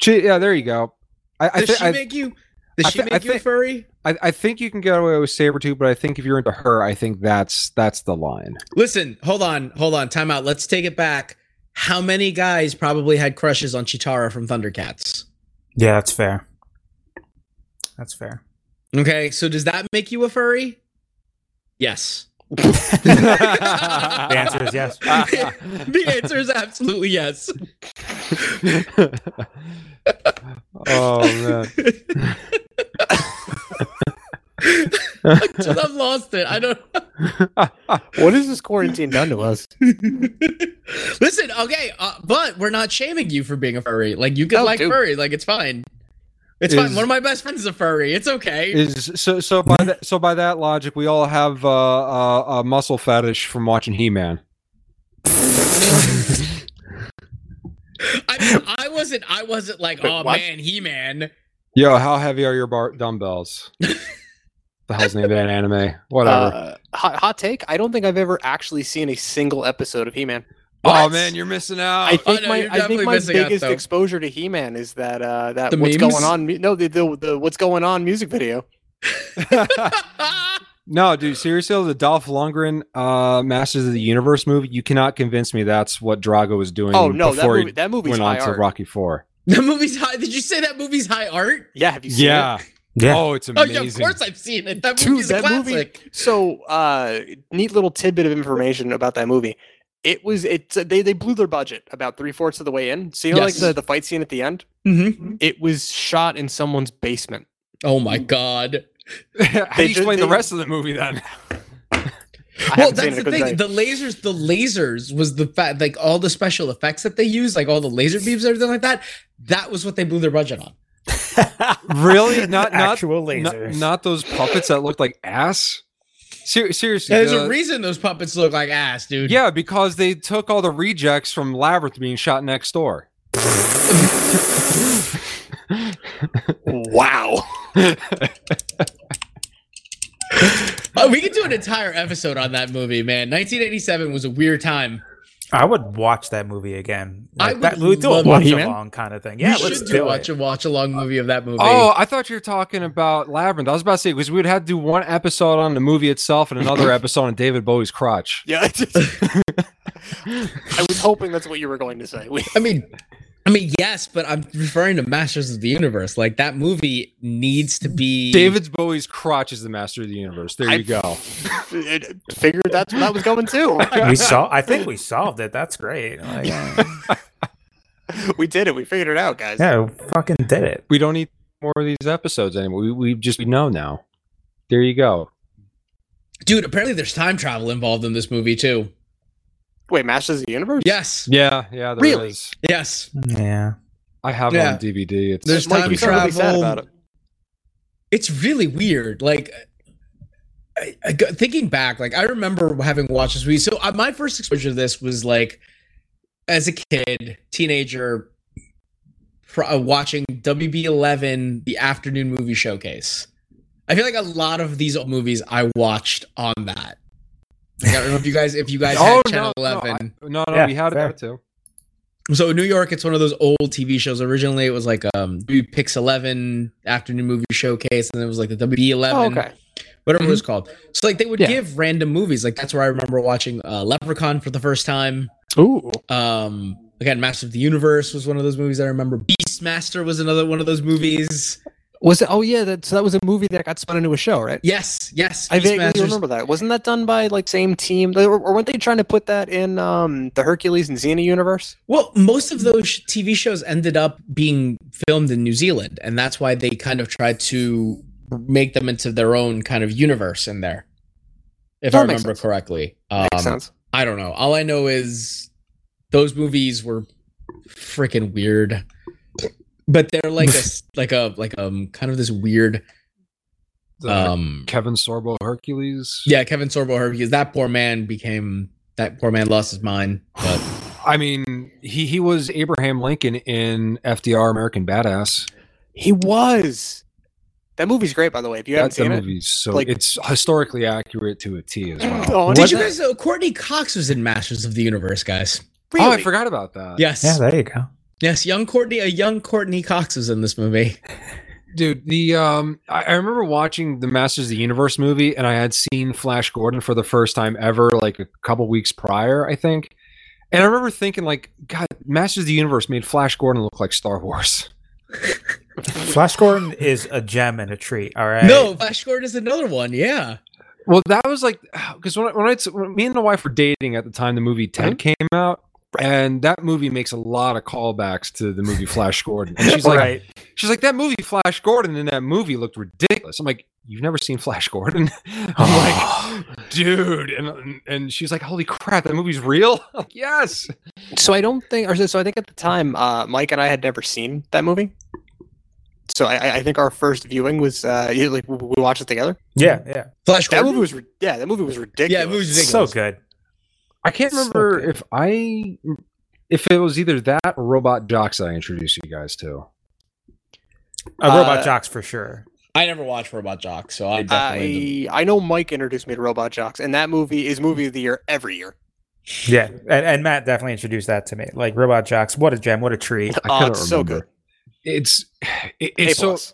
Speaker 1: She, yeah, there you go. I, I
Speaker 2: does
Speaker 1: think
Speaker 2: she
Speaker 1: I,
Speaker 2: make you? Does
Speaker 1: I
Speaker 2: she
Speaker 1: thi- I
Speaker 2: make you a
Speaker 1: think-
Speaker 2: furry?
Speaker 1: I, I think you can get away with Sabretooth, but I think if you're into her, I think that's that's the
Speaker 3: <laughs>
Speaker 1: line.
Speaker 2: Listen, hold on, hold on, time out. Let's take it back. How many guys probably had crushes on Chitara from Thundercats?
Speaker 4: Yeah, that's fair. That's fair.
Speaker 2: Okay, so does that make you a furry? <laughs> Yes.
Speaker 4: The answer is yes.
Speaker 2: the answer is absolutely
Speaker 1: <laughs>
Speaker 2: yes. <laughs>
Speaker 1: oh man.
Speaker 2: I've lost it. I don't.
Speaker 3: What has this quarantine done to us?
Speaker 2: <laughs> Listen, okay, uh, but we're not shaming you for being a furry. Like you can
Speaker 3: No,
Speaker 2: like
Speaker 3: Oh, dude.
Speaker 2: furry, like it's fine. It's
Speaker 1: Is-
Speaker 2: fine. One of my best friends is a furry. It's okay.
Speaker 1: Is so so by that so by that logic, we all have uh, uh, a muscle fetish from watching He Man.
Speaker 2: I mean, I wasn't. I wasn't like, oh
Speaker 3: what?
Speaker 2: <laughs> man, he man.
Speaker 3: <laughs>
Speaker 1: Yo, how heavy are your bar- dumbbells?
Speaker 7: the hell's the name of that anime? Whatever.
Speaker 3: Uh, hot, hot take. I don't think I've ever actually seen a single episode of He-Man.
Speaker 1: Oh man, you're missing out.
Speaker 3: I think
Speaker 2: oh, no,
Speaker 3: my
Speaker 2: you're
Speaker 3: I think
Speaker 2: definitely
Speaker 3: my
Speaker 2: missing out,
Speaker 3: biggest
Speaker 2: though.
Speaker 3: exposure to He-Man is that uh that
Speaker 2: The
Speaker 3: what's
Speaker 2: memes?
Speaker 3: going on mu- no the, the the what's going on music video.
Speaker 1: <laughs> no, dude,
Speaker 7: seriously, the Dolph Lundgren uh, Masters of the Universe movie, you cannot convince me that's what Drago was doing
Speaker 3: Oh no, that
Speaker 7: before
Speaker 3: movie that
Speaker 7: he
Speaker 3: movie's
Speaker 7: went on
Speaker 3: high
Speaker 7: to
Speaker 3: art.
Speaker 7: Rocky Four.
Speaker 2: The movie's high. Did you say that movie's high art?
Speaker 3: Yeah, have you seen it?
Speaker 4: <laughs>
Speaker 3: <laughs>
Speaker 4: Yeah.
Speaker 1: Oh, it's
Speaker 2: Oh
Speaker 1: amazing.
Speaker 2: yeah, of course I've seen it. That
Speaker 3: Dude,
Speaker 2: movie's a
Speaker 3: that movie-
Speaker 2: classic.
Speaker 3: So, uh, neat little tidbit of information about that movie. It was it they they blew their budget about three fourths of the way in. So you know, like
Speaker 2: Yes.
Speaker 3: the, the fight scene at the end,
Speaker 2: Mhm.
Speaker 3: it was shot in someone's basement.
Speaker 2: Oh my god.
Speaker 1: <laughs> How do
Speaker 3: They
Speaker 1: you
Speaker 3: just-
Speaker 1: explain the
Speaker 3: they-
Speaker 1: rest of the movie
Speaker 3: <laughs>
Speaker 1: then?
Speaker 3: I
Speaker 2: well,
Speaker 3: haven't seen
Speaker 2: that's
Speaker 3: it, I
Speaker 2: the
Speaker 3: couldn't
Speaker 2: thing.
Speaker 3: tell
Speaker 2: The lasers, the lasers was the fact, like all the special effects that they used, like all the laser beams, and everything like that. That was what they blew their budget on.
Speaker 1: <laughs> really? Not not,
Speaker 4: actual
Speaker 1: not
Speaker 4: lasers.
Speaker 1: not those puppets that looked like ass. Ser- seriously,
Speaker 2: there's a
Speaker 1: the-
Speaker 2: reason those puppets look like ass, dude.
Speaker 1: yeah, because they took all the rejects from Labyrinth being shot next door.
Speaker 3: you. <laughs> Wow.
Speaker 2: Oh, we could do an entire episode on that movie, man. 1987 was a weird time.
Speaker 4: I would watch that movie again.
Speaker 2: I
Speaker 4: Like, that,
Speaker 2: would
Speaker 4: we do a
Speaker 2: love-
Speaker 4: watch
Speaker 3: He-Man?
Speaker 4: along kind of thing. Yeah,
Speaker 2: we
Speaker 4: let's
Speaker 2: should
Speaker 4: do
Speaker 2: watch
Speaker 4: it.
Speaker 2: a watch along movie of that movie.
Speaker 1: Oh, I thought you were talking about Labyrinth. I was about to say because we would have to do one episode on the movie itself and
Speaker 3: <clears throat>
Speaker 1: another episode on David Bowie's crotch.
Speaker 3: Yeah. I just- I was hoping that's what you were going to say. We-
Speaker 2: I mean, I mean, yes, but I'm referring to Masters of the Universe. Like that movie needs to be
Speaker 1: David Bowie's crotch is the master of the universe. There
Speaker 3: I-
Speaker 1: you go.
Speaker 3: it- figured that's what I was going <laughs> to.
Speaker 4: we saw. I think we solved it. That's great. Like,
Speaker 3: We did it. We figured it out, guys.
Speaker 4: yeah, we fucking did it.
Speaker 1: We don't need more of these episodes anymore. We, we just we know now. There you go.
Speaker 2: dude. Apparently, there's time travel involved in this movie too.
Speaker 3: Wait, Masters of the Universe?
Speaker 2: Yes,
Speaker 1: Yeah, yeah. There
Speaker 3: Really?
Speaker 1: is.
Speaker 2: yes.
Speaker 4: Yeah.
Speaker 1: I have it
Speaker 2: Yeah.
Speaker 1: on DVD. It's
Speaker 2: There's
Speaker 3: Mike,
Speaker 2: time
Speaker 3: you sound really sad
Speaker 2: travel.
Speaker 3: about it.
Speaker 2: It's really weird. Like, I, I, go- thinking back, like I remember having watched this movie. So uh, my first exposure to this was like as a kid, teenager, pro- uh, watching WB11, the afternoon movie showcase. I feel like a lot of these old movies I watched on that. Like, I don't know if you guys, if
Speaker 1: <laughs>
Speaker 2: you guys
Speaker 1: Oh,
Speaker 2: had Channel
Speaker 1: no, no, I-
Speaker 2: 11.
Speaker 1: no, no.
Speaker 4: Yeah,
Speaker 1: we had it
Speaker 4: fair.
Speaker 1: there too.
Speaker 2: So in New York, it's one of those old TV shows. Originally, it was like um WB Pix Eleven Afternoon Movie Showcase, and then it was like the WB Eleven,
Speaker 3: Oh, okay.
Speaker 2: whatever it was
Speaker 3: Mm-hmm.
Speaker 2: called. So like they would
Speaker 1: Yeah.
Speaker 2: give random movies. Like that's where I remember watching uh, Leprechaun for the first time.
Speaker 3: Ooh.
Speaker 2: Um, again, Master of the Universe was one of those movies that I remember. Beastmaster was another one of those movies.
Speaker 3: Was it? Oh yeah, that so that was a movie that got spun into a show, right?
Speaker 2: Yes, yes,
Speaker 3: I vaguely
Speaker 2: Beastmaster's-
Speaker 3: remember that. Wasn't that done by like same team, They were- or weren't they trying to put that in um, the Hercules and Xena universe?
Speaker 2: Well, most of those sh- TV shows ended up being filmed in New Zealand, and that's why they kind of tried to make them into their own kind of universe in there. If I
Speaker 3: That makes
Speaker 2: remember
Speaker 3: sense.
Speaker 2: correctly,
Speaker 3: Makes
Speaker 2: um,
Speaker 3: sense.
Speaker 2: I don't know. All I know is those movies were freaking weird, but they're like a s- like a like um kind of this weird
Speaker 1: The
Speaker 2: um
Speaker 1: Kevin Sorbo Hercules.
Speaker 2: yeah Kevin Sorbo Hercules. That poor man became that poor man lost his mind. But
Speaker 1: I mean, he he was Abraham Lincoln in FDR American Badass.
Speaker 3: He was. That movie's great, by the way. If you
Speaker 1: That's
Speaker 3: haven't
Speaker 1: the
Speaker 3: seen <laughs> it,
Speaker 1: movie. So
Speaker 3: Like-
Speaker 1: it's historically accurate to a T
Speaker 3: <clears throat>
Speaker 1: as well.
Speaker 3: Oh,
Speaker 2: did
Speaker 3: was
Speaker 2: you
Speaker 3: that-
Speaker 2: guys know Courtney Cox was in Masters of the Universe, guys?
Speaker 1: Oh, I
Speaker 3: Really?
Speaker 1: forgot about that.
Speaker 2: Yes.
Speaker 4: Yeah, there you go.
Speaker 2: yes, young Courtney, a young Courtney Cox was in this movie.
Speaker 1: dude. The um, I, I remember watching the Masters of the Universe movie, and I had seen Flash Gordon for the first time ever, like a couple weeks prior, I think. And I remember thinking, like, God, Masters of the Universe made Flash Gordon look like Star Wars. <laughs>
Speaker 4: Flash Gordon is a gem and a treat. All right.
Speaker 2: No, Flash Gordon is another one. Yeah.
Speaker 1: Well, that was like <sighs> because when I, when, I, when me and the wife were dating at the time the movie Ted came out, and that movie makes a lot of callbacks to the movie Flash Gordon. And
Speaker 4: <laughs>
Speaker 1: she's like,
Speaker 4: right.
Speaker 1: she's like, that movie Flash Gordon in that movie looked ridiculous. I'm like, you've never seen Flash Gordon? <laughs> I'm
Speaker 3: Oh.
Speaker 1: like, dude, and and she's like, holy crap, that movie's real. <laughs> I'm like, yes,
Speaker 3: so I don't think, or so- so I think at the time, uh, Mike and I had never seen that movie. So I- I, I think our first viewing was uh, you- like we we watched it together.
Speaker 4: Yeah, yeah.
Speaker 2: Flash
Speaker 3: That
Speaker 2: Gordon.
Speaker 3: movie was ri- yeah, that movie was ridiculous.
Speaker 2: yeah, it was
Speaker 4: So
Speaker 2: ridiculous.
Speaker 4: good.
Speaker 1: I can't
Speaker 4: So
Speaker 1: remember
Speaker 4: good.
Speaker 1: if I if it was either that or Robot Jocks I introduced you guys to.
Speaker 4: A robot
Speaker 3: Uh,
Speaker 4: jocks for sure.
Speaker 2: I never watched Robot Jock, so I definitely didn't.
Speaker 3: I, I know Mike introduced me to Robot Jocks, and that movie is movie of the year every year.
Speaker 4: Yeah, and, and Matt definitely introduced that to me. Like Robot Jocks, what a gem, what a treat.
Speaker 1: I
Speaker 3: Oh,
Speaker 1: kinda
Speaker 3: it's so good.
Speaker 1: remember. It's it,
Speaker 3: A
Speaker 1: it's so
Speaker 3: plus.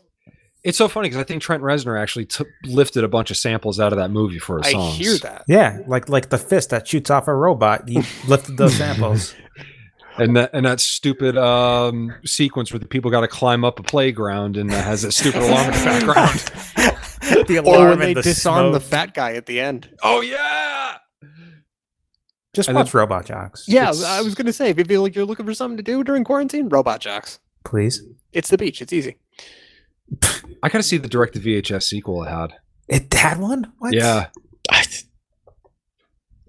Speaker 1: it's so funny because I think Trent Reznor actually took lifted a bunch of samples out of that movie for his
Speaker 3: I
Speaker 1: songs.
Speaker 3: hear that.
Speaker 4: Yeah, like like the fist that shoots off a robot. You lifted those
Speaker 3: <laughs>
Speaker 4: samples.
Speaker 1: and that and that stupid um, sequence where the people got to climb up a playground and that has that
Speaker 4: <laughs>
Speaker 1: stupid alarm in the background. <laughs>
Speaker 3: <laughs>
Speaker 4: The
Speaker 3: Or when
Speaker 4: and
Speaker 3: they
Speaker 4: the
Speaker 3: disarm the
Speaker 4: smoke.
Speaker 3: fat guy at the end.
Speaker 1: Oh yeah,
Speaker 4: Just
Speaker 1: and then-
Speaker 4: watch Robot Jocks.
Speaker 3: Yeah,
Speaker 1: It's-
Speaker 3: I was gonna say if you feel like you're looking for something to do during quarantine, Robot Jocks.
Speaker 4: please.
Speaker 3: It's the beach. It's easy.
Speaker 1: I gotta see the direct to VHS sequel it had.
Speaker 4: It had one. What?
Speaker 1: Yeah.
Speaker 2: I,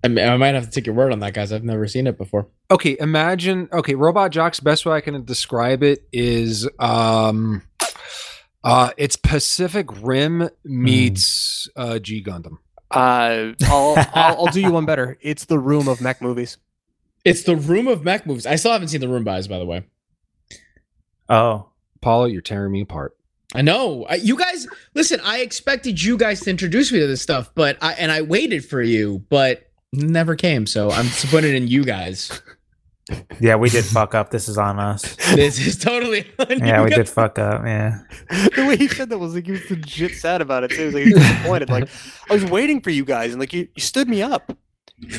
Speaker 2: I, mean, I might have to take your word on that, guys. I've never seen it before.
Speaker 1: Okay, imagine. Okay, Robot Jocks. Best way I can describe it is, um, uh, it's Pacific Rim meets uh, G Gundam.
Speaker 3: Uh, I'll, I'll I'll do you one better. It's the room of mech <laughs> movies.
Speaker 2: It's the Room of Mech movies. I still haven't seen the Room Buys, by the way.
Speaker 4: Oh,
Speaker 1: Paula, you're tearing me apart.
Speaker 2: I know I, you guys. Listen, I expected you guys to introduce me to this stuff, but I and I waited for you, but never came. So I'm disappointed in you
Speaker 3: <laughs>
Speaker 2: guys.
Speaker 4: yeah. We did fuck up. This is on us.
Speaker 2: This is totally <laughs> on
Speaker 4: Yeah,
Speaker 2: you
Speaker 4: we
Speaker 2: guys.
Speaker 4: did fuck up.
Speaker 3: <laughs>
Speaker 4: Yeah.
Speaker 3: the way he said that was like he was legit sad about it too. He was like he was disappointed. <laughs> Like I was waiting for you guys, and like you, you stood me up.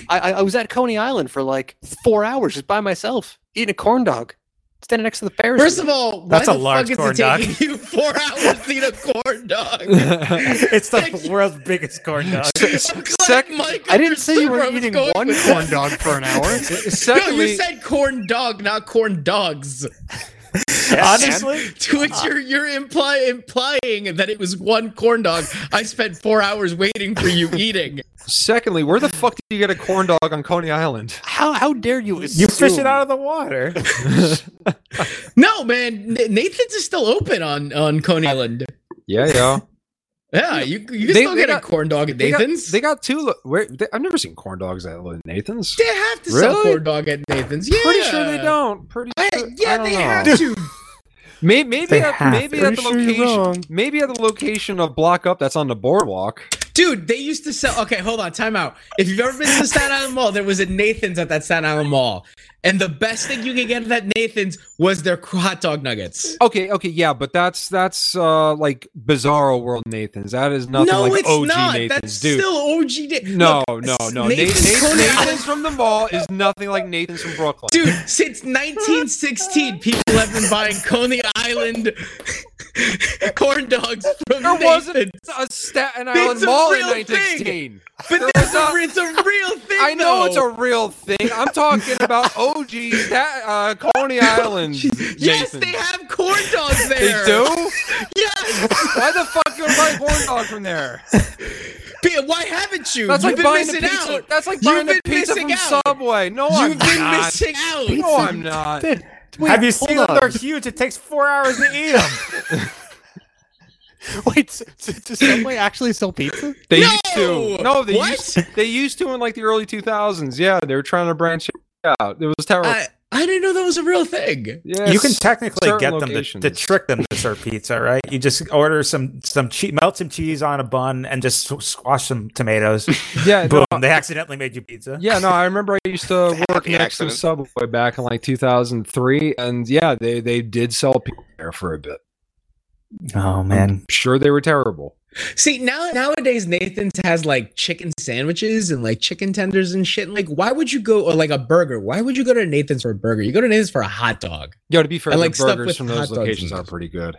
Speaker 3: I, I I was at Coney Island for like four hours just by myself eating a corn dog, standing next to the Ferris.
Speaker 2: First
Speaker 3: wheel.
Speaker 2: of all,
Speaker 4: That's a
Speaker 2: why the
Speaker 4: large
Speaker 2: fuck
Speaker 4: corn
Speaker 2: is
Speaker 4: dog.
Speaker 2: it taking you four hours to eat a corn
Speaker 3: <laughs>
Speaker 2: dog?
Speaker 4: it's the world's biggest corn dog.
Speaker 2: I'm glad
Speaker 3: sec-
Speaker 2: Mike
Speaker 3: I didn't say you were
Speaker 2: understood
Speaker 3: eating
Speaker 2: where I was going
Speaker 3: <laughs> one
Speaker 2: with
Speaker 3: corn
Speaker 2: this.
Speaker 3: dog for an hour.
Speaker 2: No, you
Speaker 1: Secondly,
Speaker 2: said corn dog, not corn dogs.
Speaker 4: Honestly,
Speaker 2: To which you're you're imply, implying that it was one corn dog. I spent four hours waiting for you eating.
Speaker 1: secondly, where the fuck did you get a corn dog on Coney
Speaker 3: <laughs>
Speaker 1: Island? <laughs>
Speaker 3: How how dare you? Assume?
Speaker 4: you fish it out of the water.
Speaker 2: No, man, N- Nathan's is still open on on Coney Island.
Speaker 1: Yeah, yeah.
Speaker 2: Yeah, you you can
Speaker 1: They-
Speaker 2: still
Speaker 1: they
Speaker 2: get
Speaker 1: got-
Speaker 2: a corn dog at
Speaker 1: They got,
Speaker 2: Nathan's.
Speaker 1: they got two. Lo- where, they, I've never seen corn dogs at Nathan's.
Speaker 2: They have to sell
Speaker 1: Really?
Speaker 2: corn dog at Nathan's. Yeah,
Speaker 1: Pretty sure they don't. Pretty
Speaker 2: I-
Speaker 1: sure. I
Speaker 2: yeah,
Speaker 1: don't
Speaker 2: they
Speaker 1: know.
Speaker 2: have to.
Speaker 1: May- Maybe
Speaker 4: They
Speaker 1: at,
Speaker 4: have
Speaker 1: maybe
Speaker 4: to.
Speaker 1: at the
Speaker 4: Pretty sure you're wrong.
Speaker 1: location. Maybe at the location of Block Up that's on the boardwalk.
Speaker 2: Dude, they used to sell. Okay, hold on, time out. If you've ever been to the Staten Island Mall, there was a Nathan's at that Staten Island Mall, and the best thing you could get at that Nathan's was their hot dog nuggets.
Speaker 1: Okay, okay, yeah, but that's that's uh like bizarro world Nathan's. That is nothing
Speaker 2: no,
Speaker 1: like
Speaker 2: it's
Speaker 1: OG
Speaker 2: not.
Speaker 1: Nathan's,
Speaker 2: That's
Speaker 1: dude.
Speaker 2: still OG. Na-
Speaker 1: no,
Speaker 2: Look,
Speaker 1: no,
Speaker 2: s-
Speaker 1: no.
Speaker 2: Nathan's,
Speaker 1: Nathan's,
Speaker 2: Coney
Speaker 1: Nathan's,
Speaker 2: Island-
Speaker 1: from the mall is nothing like Nathan's from Brooklyn.
Speaker 2: dude.
Speaker 1: <laughs>
Speaker 2: Since 1916, people have been buying Coney Island <laughs> corn dogs from
Speaker 1: there wasn't
Speaker 2: Nathan's.
Speaker 1: a Staten
Speaker 2: It's
Speaker 1: Island
Speaker 2: a
Speaker 1: Mall in
Speaker 2: real thing.
Speaker 1: 1916.
Speaker 2: But
Speaker 1: there was
Speaker 2: that's a,
Speaker 1: a-
Speaker 2: it's a
Speaker 1: <laughs>
Speaker 2: real thing.
Speaker 1: I know it's
Speaker 2: though.
Speaker 1: a real thing. I'm talking about OG
Speaker 2: <laughs>
Speaker 1: Stat, uh, Coney Island.
Speaker 2: Yes,
Speaker 1: Nathan's.
Speaker 2: they have corn dogs
Speaker 1: They
Speaker 2: there.
Speaker 1: do?
Speaker 2: Yes.
Speaker 1: <laughs> Why the fuck you gonna buy corn dogs from
Speaker 2: <laughs>
Speaker 1: there?
Speaker 2: Be- Why haven't you?
Speaker 1: That's
Speaker 2: You've
Speaker 1: like
Speaker 2: been
Speaker 1: buying a
Speaker 2: missing
Speaker 1: pizza.
Speaker 2: out.
Speaker 1: That's like
Speaker 2: You've
Speaker 1: buying a
Speaker 2: been
Speaker 1: pizza
Speaker 2: missing
Speaker 1: from
Speaker 2: out.
Speaker 1: Subway. No, I'm
Speaker 2: You've been
Speaker 1: not.
Speaker 2: missing out.
Speaker 1: No, I'm not.
Speaker 4: Have you
Speaker 3: hold
Speaker 4: seen them?
Speaker 3: on.
Speaker 4: They're huge. It takes four hours to eat them.
Speaker 3: <laughs> Wait, s- s- does Subway actually sell pizza? <laughs>
Speaker 1: They
Speaker 2: No!
Speaker 1: used to. No, they
Speaker 2: What?
Speaker 1: used they used to in like the early 2000s. Yeah, they were trying to branch out. It was terrible.
Speaker 2: I, I didn't know that was a real thing.
Speaker 1: yes.
Speaker 4: you can technically
Speaker 1: certain
Speaker 4: get them to, to
Speaker 1: locations.
Speaker 4: trick them to serve pizza, right? You just order some some che- melt some cheese on a bun and just sw- squash some tomatoes.
Speaker 1: yeah,
Speaker 4: Boom!
Speaker 1: no,
Speaker 4: They accidentally made you pizza.
Speaker 1: yeah, no. I remember I used to work
Speaker 3: Happy
Speaker 1: next
Speaker 3: accident.
Speaker 1: to Subway back in like 2003, and yeah, they they did sell pizza there for a bit.
Speaker 4: Oh man,
Speaker 1: I'm sure they were terrible.
Speaker 2: See, now nowadays Nathan's has like chicken sandwiches and like chicken tenders and shit. Like, why would you go or like a burger? Why would you go to Nathan's for a burger? You go to Nathan's for a hot dog.
Speaker 1: Yo, to be fair,
Speaker 2: I
Speaker 1: the
Speaker 2: like stuff
Speaker 1: burgers
Speaker 2: with
Speaker 1: from
Speaker 2: hot
Speaker 1: those
Speaker 2: dogs
Speaker 1: locations
Speaker 2: in
Speaker 1: are
Speaker 2: it.
Speaker 1: pretty good.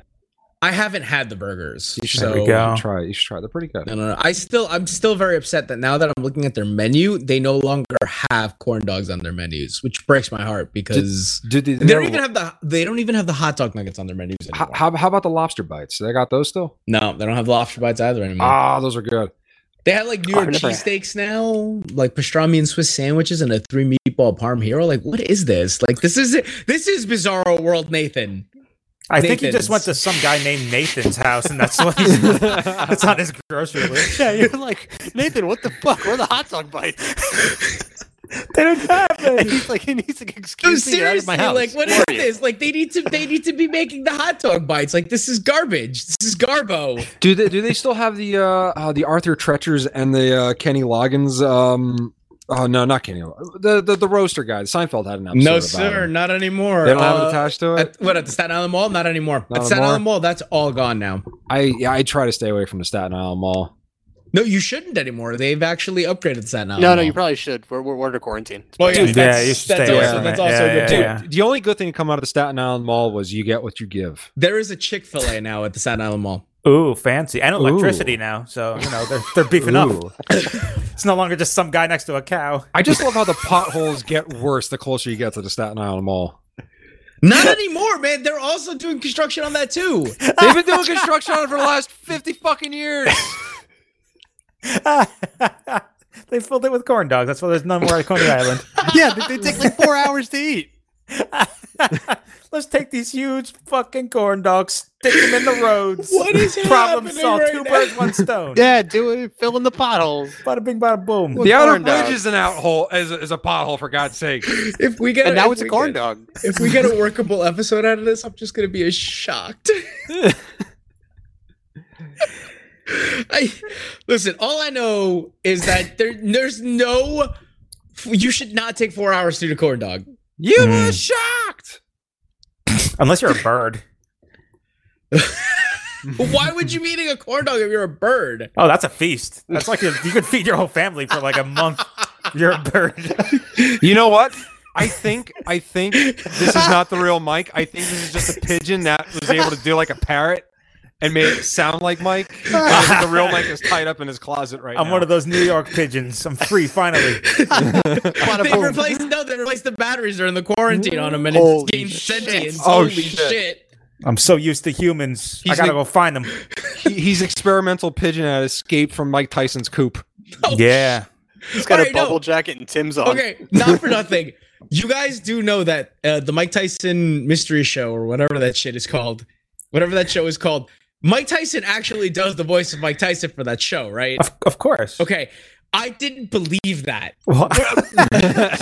Speaker 2: I haven't had the burgers.
Speaker 1: You should,
Speaker 2: so
Speaker 4: There we
Speaker 1: you should
Speaker 4: go.
Speaker 1: try. it. You should try. it. They're pretty good.
Speaker 2: I don't know. I still I'm still very upset that now that I'm looking at their menu, they no longer have corn dogs on their menus, which breaks my heart because
Speaker 1: Did
Speaker 2: they don't even have the they don't even have the hot dog nuggets on their menus
Speaker 1: how,
Speaker 2: anymore.
Speaker 1: how, how about the lobster bites? They got those still?
Speaker 2: no, they don't have lobster bites either anymore.
Speaker 1: Ah, those are good.
Speaker 2: They had like New
Speaker 3: Oh, I
Speaker 2: York
Speaker 3: never-
Speaker 2: cheesesteaks now, like pastrami and Swiss sandwiches and a three meatball parm hero. Like, what is this? Like, this is this is Bizarro World, Nathan.
Speaker 4: I think you just went to
Speaker 2: Nathan's.
Speaker 4: some guy named Nathan's house, and that's what he's, <laughs> that's on his grocery list.
Speaker 3: <laughs> Yeah, you're like Nathan. What the fuck? Where are the hot dog bite?
Speaker 4: <laughs> They don't have
Speaker 3: <laughs> And
Speaker 4: it.
Speaker 3: he's like, he needs to
Speaker 2: No,
Speaker 3: excuse me get out of
Speaker 2: seriously,
Speaker 3: my house.
Speaker 2: like what is this? Like they need to they need to be making the hot dog bites. Like this is garbage. This is garbo.
Speaker 1: Do they do they still have the uh, uh the Arthur Treachers and the uh, Kenny Loggins? Um, oh no, not Kenny. Log- The the, the roaster guy. Seinfeld had an episode.
Speaker 2: No
Speaker 1: about
Speaker 2: sir,
Speaker 1: him.
Speaker 2: not anymore.
Speaker 1: They don't have it
Speaker 2: Uh,
Speaker 1: attached to it.
Speaker 2: at, what at the Staten Island Mall? Not anymore.
Speaker 1: Not
Speaker 2: at Staten
Speaker 1: anymore?
Speaker 2: Island Mall, that's all gone now.
Speaker 1: I yeah, I try to stay away from the Staten Island Mall.
Speaker 2: No, you shouldn't anymore. They've actually upgraded Staten Island.
Speaker 3: No, no,
Speaker 2: Mall.
Speaker 3: you probably should. We're we're, we're under <laughs> quarantine.
Speaker 2: Well, yeah,
Speaker 4: Dude, yeah, you
Speaker 2: that's,
Speaker 4: should
Speaker 2: that's
Speaker 4: stay
Speaker 1: away
Speaker 2: also
Speaker 1: from
Speaker 2: that's
Speaker 4: it.
Speaker 2: also a
Speaker 4: Yeah,
Speaker 2: good
Speaker 4: yeah,
Speaker 2: point.
Speaker 4: yeah.
Speaker 1: The only good thing to come out of the Staten Island Mall was you get what you give.
Speaker 2: There is a Chick Fil A now at the Staten Island Mall.
Speaker 4: Ooh, fancy. And electricity
Speaker 1: Ooh.
Speaker 4: now. So, you know, they're, they're beefing
Speaker 1: Ooh.
Speaker 4: up. It's no longer just some guy next to a cow. <laughs>
Speaker 1: I just love how the potholes get worse the closer you get to the Staten Island Mall.
Speaker 2: Not anymore, man. They're also doing construction on that too.
Speaker 1: <laughs> They've been doing construction on it for the last fifty fucking years.
Speaker 4: they filled it with corn dogs. That's why there's none more at Coney Island.
Speaker 3: yeah, <laughs> they, they take like four hours to eat.
Speaker 4: <laughs> Let's take these huge fucking corn dogs, stick them in the roads.
Speaker 2: <laughs> What is
Speaker 4: <laughs> problem
Speaker 2: happening
Speaker 4: solved?
Speaker 2: right
Speaker 4: Two
Speaker 2: now?
Speaker 4: birds,
Speaker 2: <laughs>
Speaker 4: one stone.
Speaker 3: <laughs> Yeah, do it. Fill in the potholes.
Speaker 4: Bada bing, bada boom.
Speaker 3: Well,
Speaker 1: The outer
Speaker 3: corn
Speaker 1: bridge
Speaker 3: dog.
Speaker 1: is an out hole is a, is a pothole for God's sake.
Speaker 2: If we get
Speaker 3: And
Speaker 2: a,
Speaker 3: now
Speaker 2: if
Speaker 3: it's a
Speaker 2: we
Speaker 3: corn
Speaker 2: get-
Speaker 3: dog.
Speaker 2: If we get a workable episode out of this, I'm just gonna be
Speaker 1: <laughs>
Speaker 2: as shocked. I listen. All I know is that there, there's no. You should not take four hours to do the
Speaker 1: <laughs>
Speaker 2: corn dog.
Speaker 1: You
Speaker 4: Mm.
Speaker 1: were shocked.
Speaker 4: Unless you're a bird.
Speaker 2: Why would you be eating a corn dog if you're
Speaker 1: <laughs>
Speaker 2: a bird?
Speaker 4: Oh, that's a feast. That's like a, you could feed your whole family for like
Speaker 2: <laughs>
Speaker 4: a month. You're a bird.
Speaker 1: You know what? I think I think this is not the real Mike. I think this is just a pigeon that was able to do like a parrot and made it sound like Mike. And the real Mike is tied up in his closet right
Speaker 4: I'm
Speaker 1: now.
Speaker 4: one of those New York pigeons. I'm free finally.
Speaker 2: They replaced no. They replaced the batteries during the quarantine on them, and
Speaker 3: Holy
Speaker 2: it's gained sentience.
Speaker 1: Oh,
Speaker 2: Holy
Speaker 1: shit.
Speaker 2: shit.
Speaker 4: I'm so used to humans. I
Speaker 1: He's
Speaker 4: gotta
Speaker 1: the-
Speaker 4: go find them.
Speaker 1: He- he's experimental pigeon that escaped from Mike Tyson's coop.
Speaker 2: Oh,
Speaker 4: Yeah.
Speaker 3: He's got
Speaker 2: All right,
Speaker 3: a
Speaker 2: no.
Speaker 3: bubble jacket and Tim's on. <laughs>
Speaker 2: Okay, not for nothing. You guys do know that uh, the Mike Tyson mystery show or whatever that shit is called, whatever that show is called, Mike Tyson actually does the voice of Mike Tyson for that show, right?
Speaker 4: Of, of course.
Speaker 2: Okay, I didn't believe that.
Speaker 4: Well, <laughs>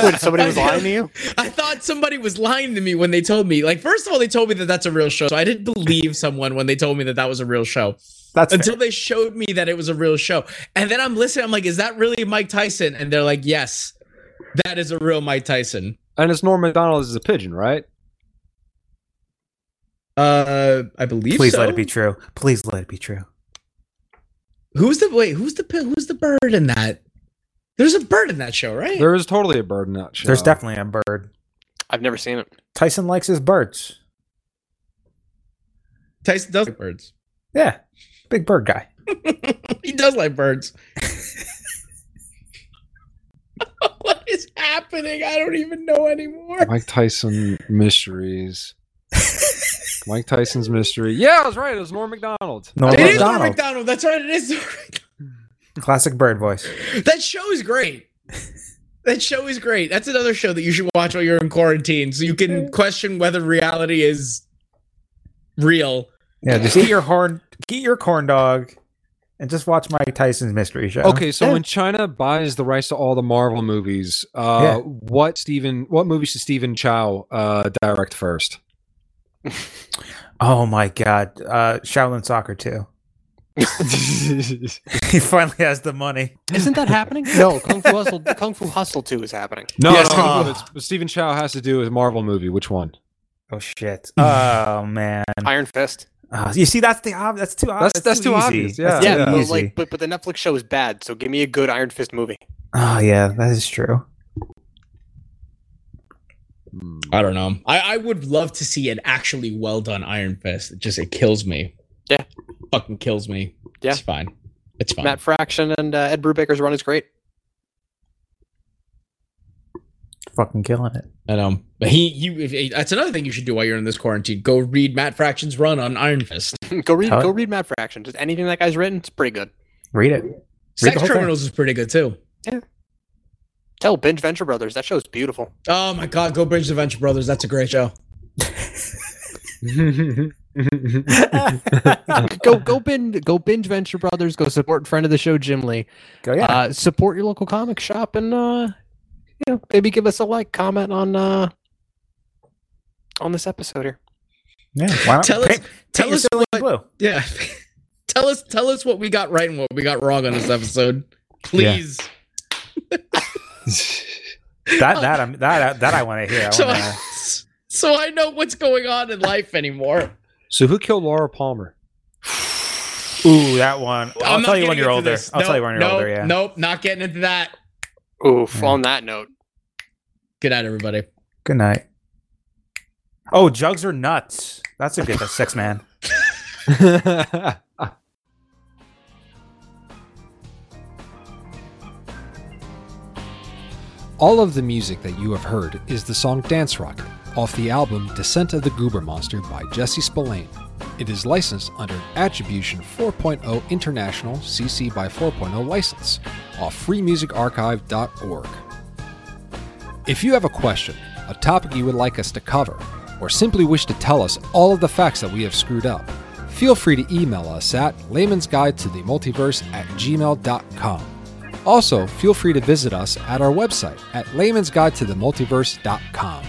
Speaker 3: Wait, somebody
Speaker 2: <laughs>
Speaker 3: was lying to you?
Speaker 2: I thought somebody was lying to me when they told me. Like, first of all, they told me that that's a real show, so I didn't believe someone when they told me that that was a real show
Speaker 4: that's
Speaker 2: until they showed me that it was a real show. And then I'm listening, I'm like, is that really Mike Tyson? And they're like, yes, that is a real Mike Tyson.
Speaker 1: And it's Norm McDonald is a pigeon, right?
Speaker 2: Uh, I believe.
Speaker 4: Please
Speaker 2: so.
Speaker 4: let it be true. Please let it be true.
Speaker 2: Who's the wait? Who's the pi- who's the bird in that? There's a bird in that show, right?
Speaker 1: There is totally a bird in that show.
Speaker 4: There's definitely a bird.
Speaker 3: I've never seen it.
Speaker 4: Tyson likes his birds.
Speaker 2: Tyson does like birds. <laughs>
Speaker 4: Yeah. Big bird guy.
Speaker 2: He does like birds. <laughs> what is happening? I don't even know anymore.
Speaker 1: Mike Tyson mysteries. Mike Tyson's mystery. Yeah, I was right. It was Norm McDonald.
Speaker 4: Norm
Speaker 2: It is Norm McDonald.
Speaker 4: McDonald.
Speaker 2: That's right. It is. Norm Macdonald.
Speaker 4: Classic bird voice.
Speaker 2: That show is great. That show is great. That's another show that you should watch while you're in quarantine, so you can question whether reality is real.
Speaker 4: Yeah, just eat your horn eat your corn dog and just watch Mike Tyson's mystery show.
Speaker 1: Okay, so when China buys the rights to all the Marvel movies, uh,
Speaker 4: Yeah.
Speaker 1: what Steven, what movies should Steven Chow uh, direct first?
Speaker 4: Oh my god. Uh Shaolin Soccer too. <laughs> He finally has the money.
Speaker 3: Isn't that happening? <laughs> No, Kung Fu Hustle, Kung Fu Hustle 2 is happening.
Speaker 1: No,
Speaker 4: Yes.
Speaker 1: no, no,
Speaker 4: Ah.
Speaker 1: no, it's, what Steven Chow has to do is Marvel movie. Which one?
Speaker 4: Oh shit. Oh man.
Speaker 3: Iron Fist.
Speaker 4: Uh, you see that's the ob- that's too obvious.
Speaker 1: That's- that's too obvious, yeah.
Speaker 4: That's too
Speaker 3: Yeah, but,
Speaker 4: easy.
Speaker 3: like, but, but the Netflix show is bad, so give me a good Iron Fist movie.
Speaker 4: oh yeah, that is true.
Speaker 1: Hmm.
Speaker 2: I don't know. I, I would love to see an actually well done Iron Fist. It just it kills me.
Speaker 3: Yeah.
Speaker 2: Fucking kills me.
Speaker 3: Yeah.
Speaker 2: It's fine. It's fine.
Speaker 3: Matt Fraction and uh, Ed Brubaker's run is great. <laughs>
Speaker 4: Fucking killing it.
Speaker 2: I know. um, But he you if, that's another thing you should do while you're in this quarantine. Go read Matt Fraction's run on Iron Fist.
Speaker 3: go read
Speaker 4: Huh?
Speaker 3: go read Matt Fraction. Just anything that guy's written, it's pretty good.
Speaker 4: Read it. the
Speaker 2: Sex
Speaker 4: whole thing.
Speaker 2: Criminals is pretty good too.
Speaker 3: Tell Binge Venture Brothers, that show's beautiful. <laughs>
Speaker 2: Oh my god, go Bridge the Venture Brothers. That's a great show.
Speaker 4: Go,
Speaker 3: Go go binge go binge Venture Brothers, go support friend of the show Jim Lee.
Speaker 4: yeah.
Speaker 3: Uh, support your local comic shop and uh, you know, maybe give us a like, comment on uh on this episode here.
Speaker 4: Yeah. Why not?
Speaker 2: Tell us-
Speaker 4: Paint-
Speaker 2: tell
Speaker 4: paint
Speaker 2: us
Speaker 4: your ceiling blue.
Speaker 2: Yeah. <laughs> tell us tell us what we got right and what we got wrong on this episode. Please.
Speaker 4: That that I'm, that that I want to hear. I
Speaker 2: <laughs> so
Speaker 4: wanna-
Speaker 2: I, so I know what's going on in life anymore.
Speaker 1: So who killed Laura Palmer?
Speaker 4: Ooh, that one. I'll
Speaker 2: I'm not
Speaker 4: tell you when
Speaker 2: getting
Speaker 4: you're
Speaker 2: into
Speaker 4: older.
Speaker 2: this.
Speaker 4: I'll tell
Speaker 2: Nope,
Speaker 4: you when you're
Speaker 2: nope,
Speaker 4: older. Yeah.
Speaker 2: Nope, not getting into that.
Speaker 3: Oof.
Speaker 4: Yeah.
Speaker 3: On that note,
Speaker 2: Good night, everybody.
Speaker 4: Good night. Oh, jugs are nuts. That's a good that's six man.
Speaker 1: <laughs> All of the music that you have heard is the song Dance Rocket off the album Descent of the Goober Monster by Jesse Spillane. It is licensed under an Attribution 4.0 International CC by 4.0 license off freemusicarchive.org. If you have a question, a topic you would like us to cover, or simply wish to tell us all of the facts that we have screwed up, feel free to email us at layman's guide to the multiverse at gmail.com. Also, feel free to visit us at our website at layman's guide to the multiverse.com.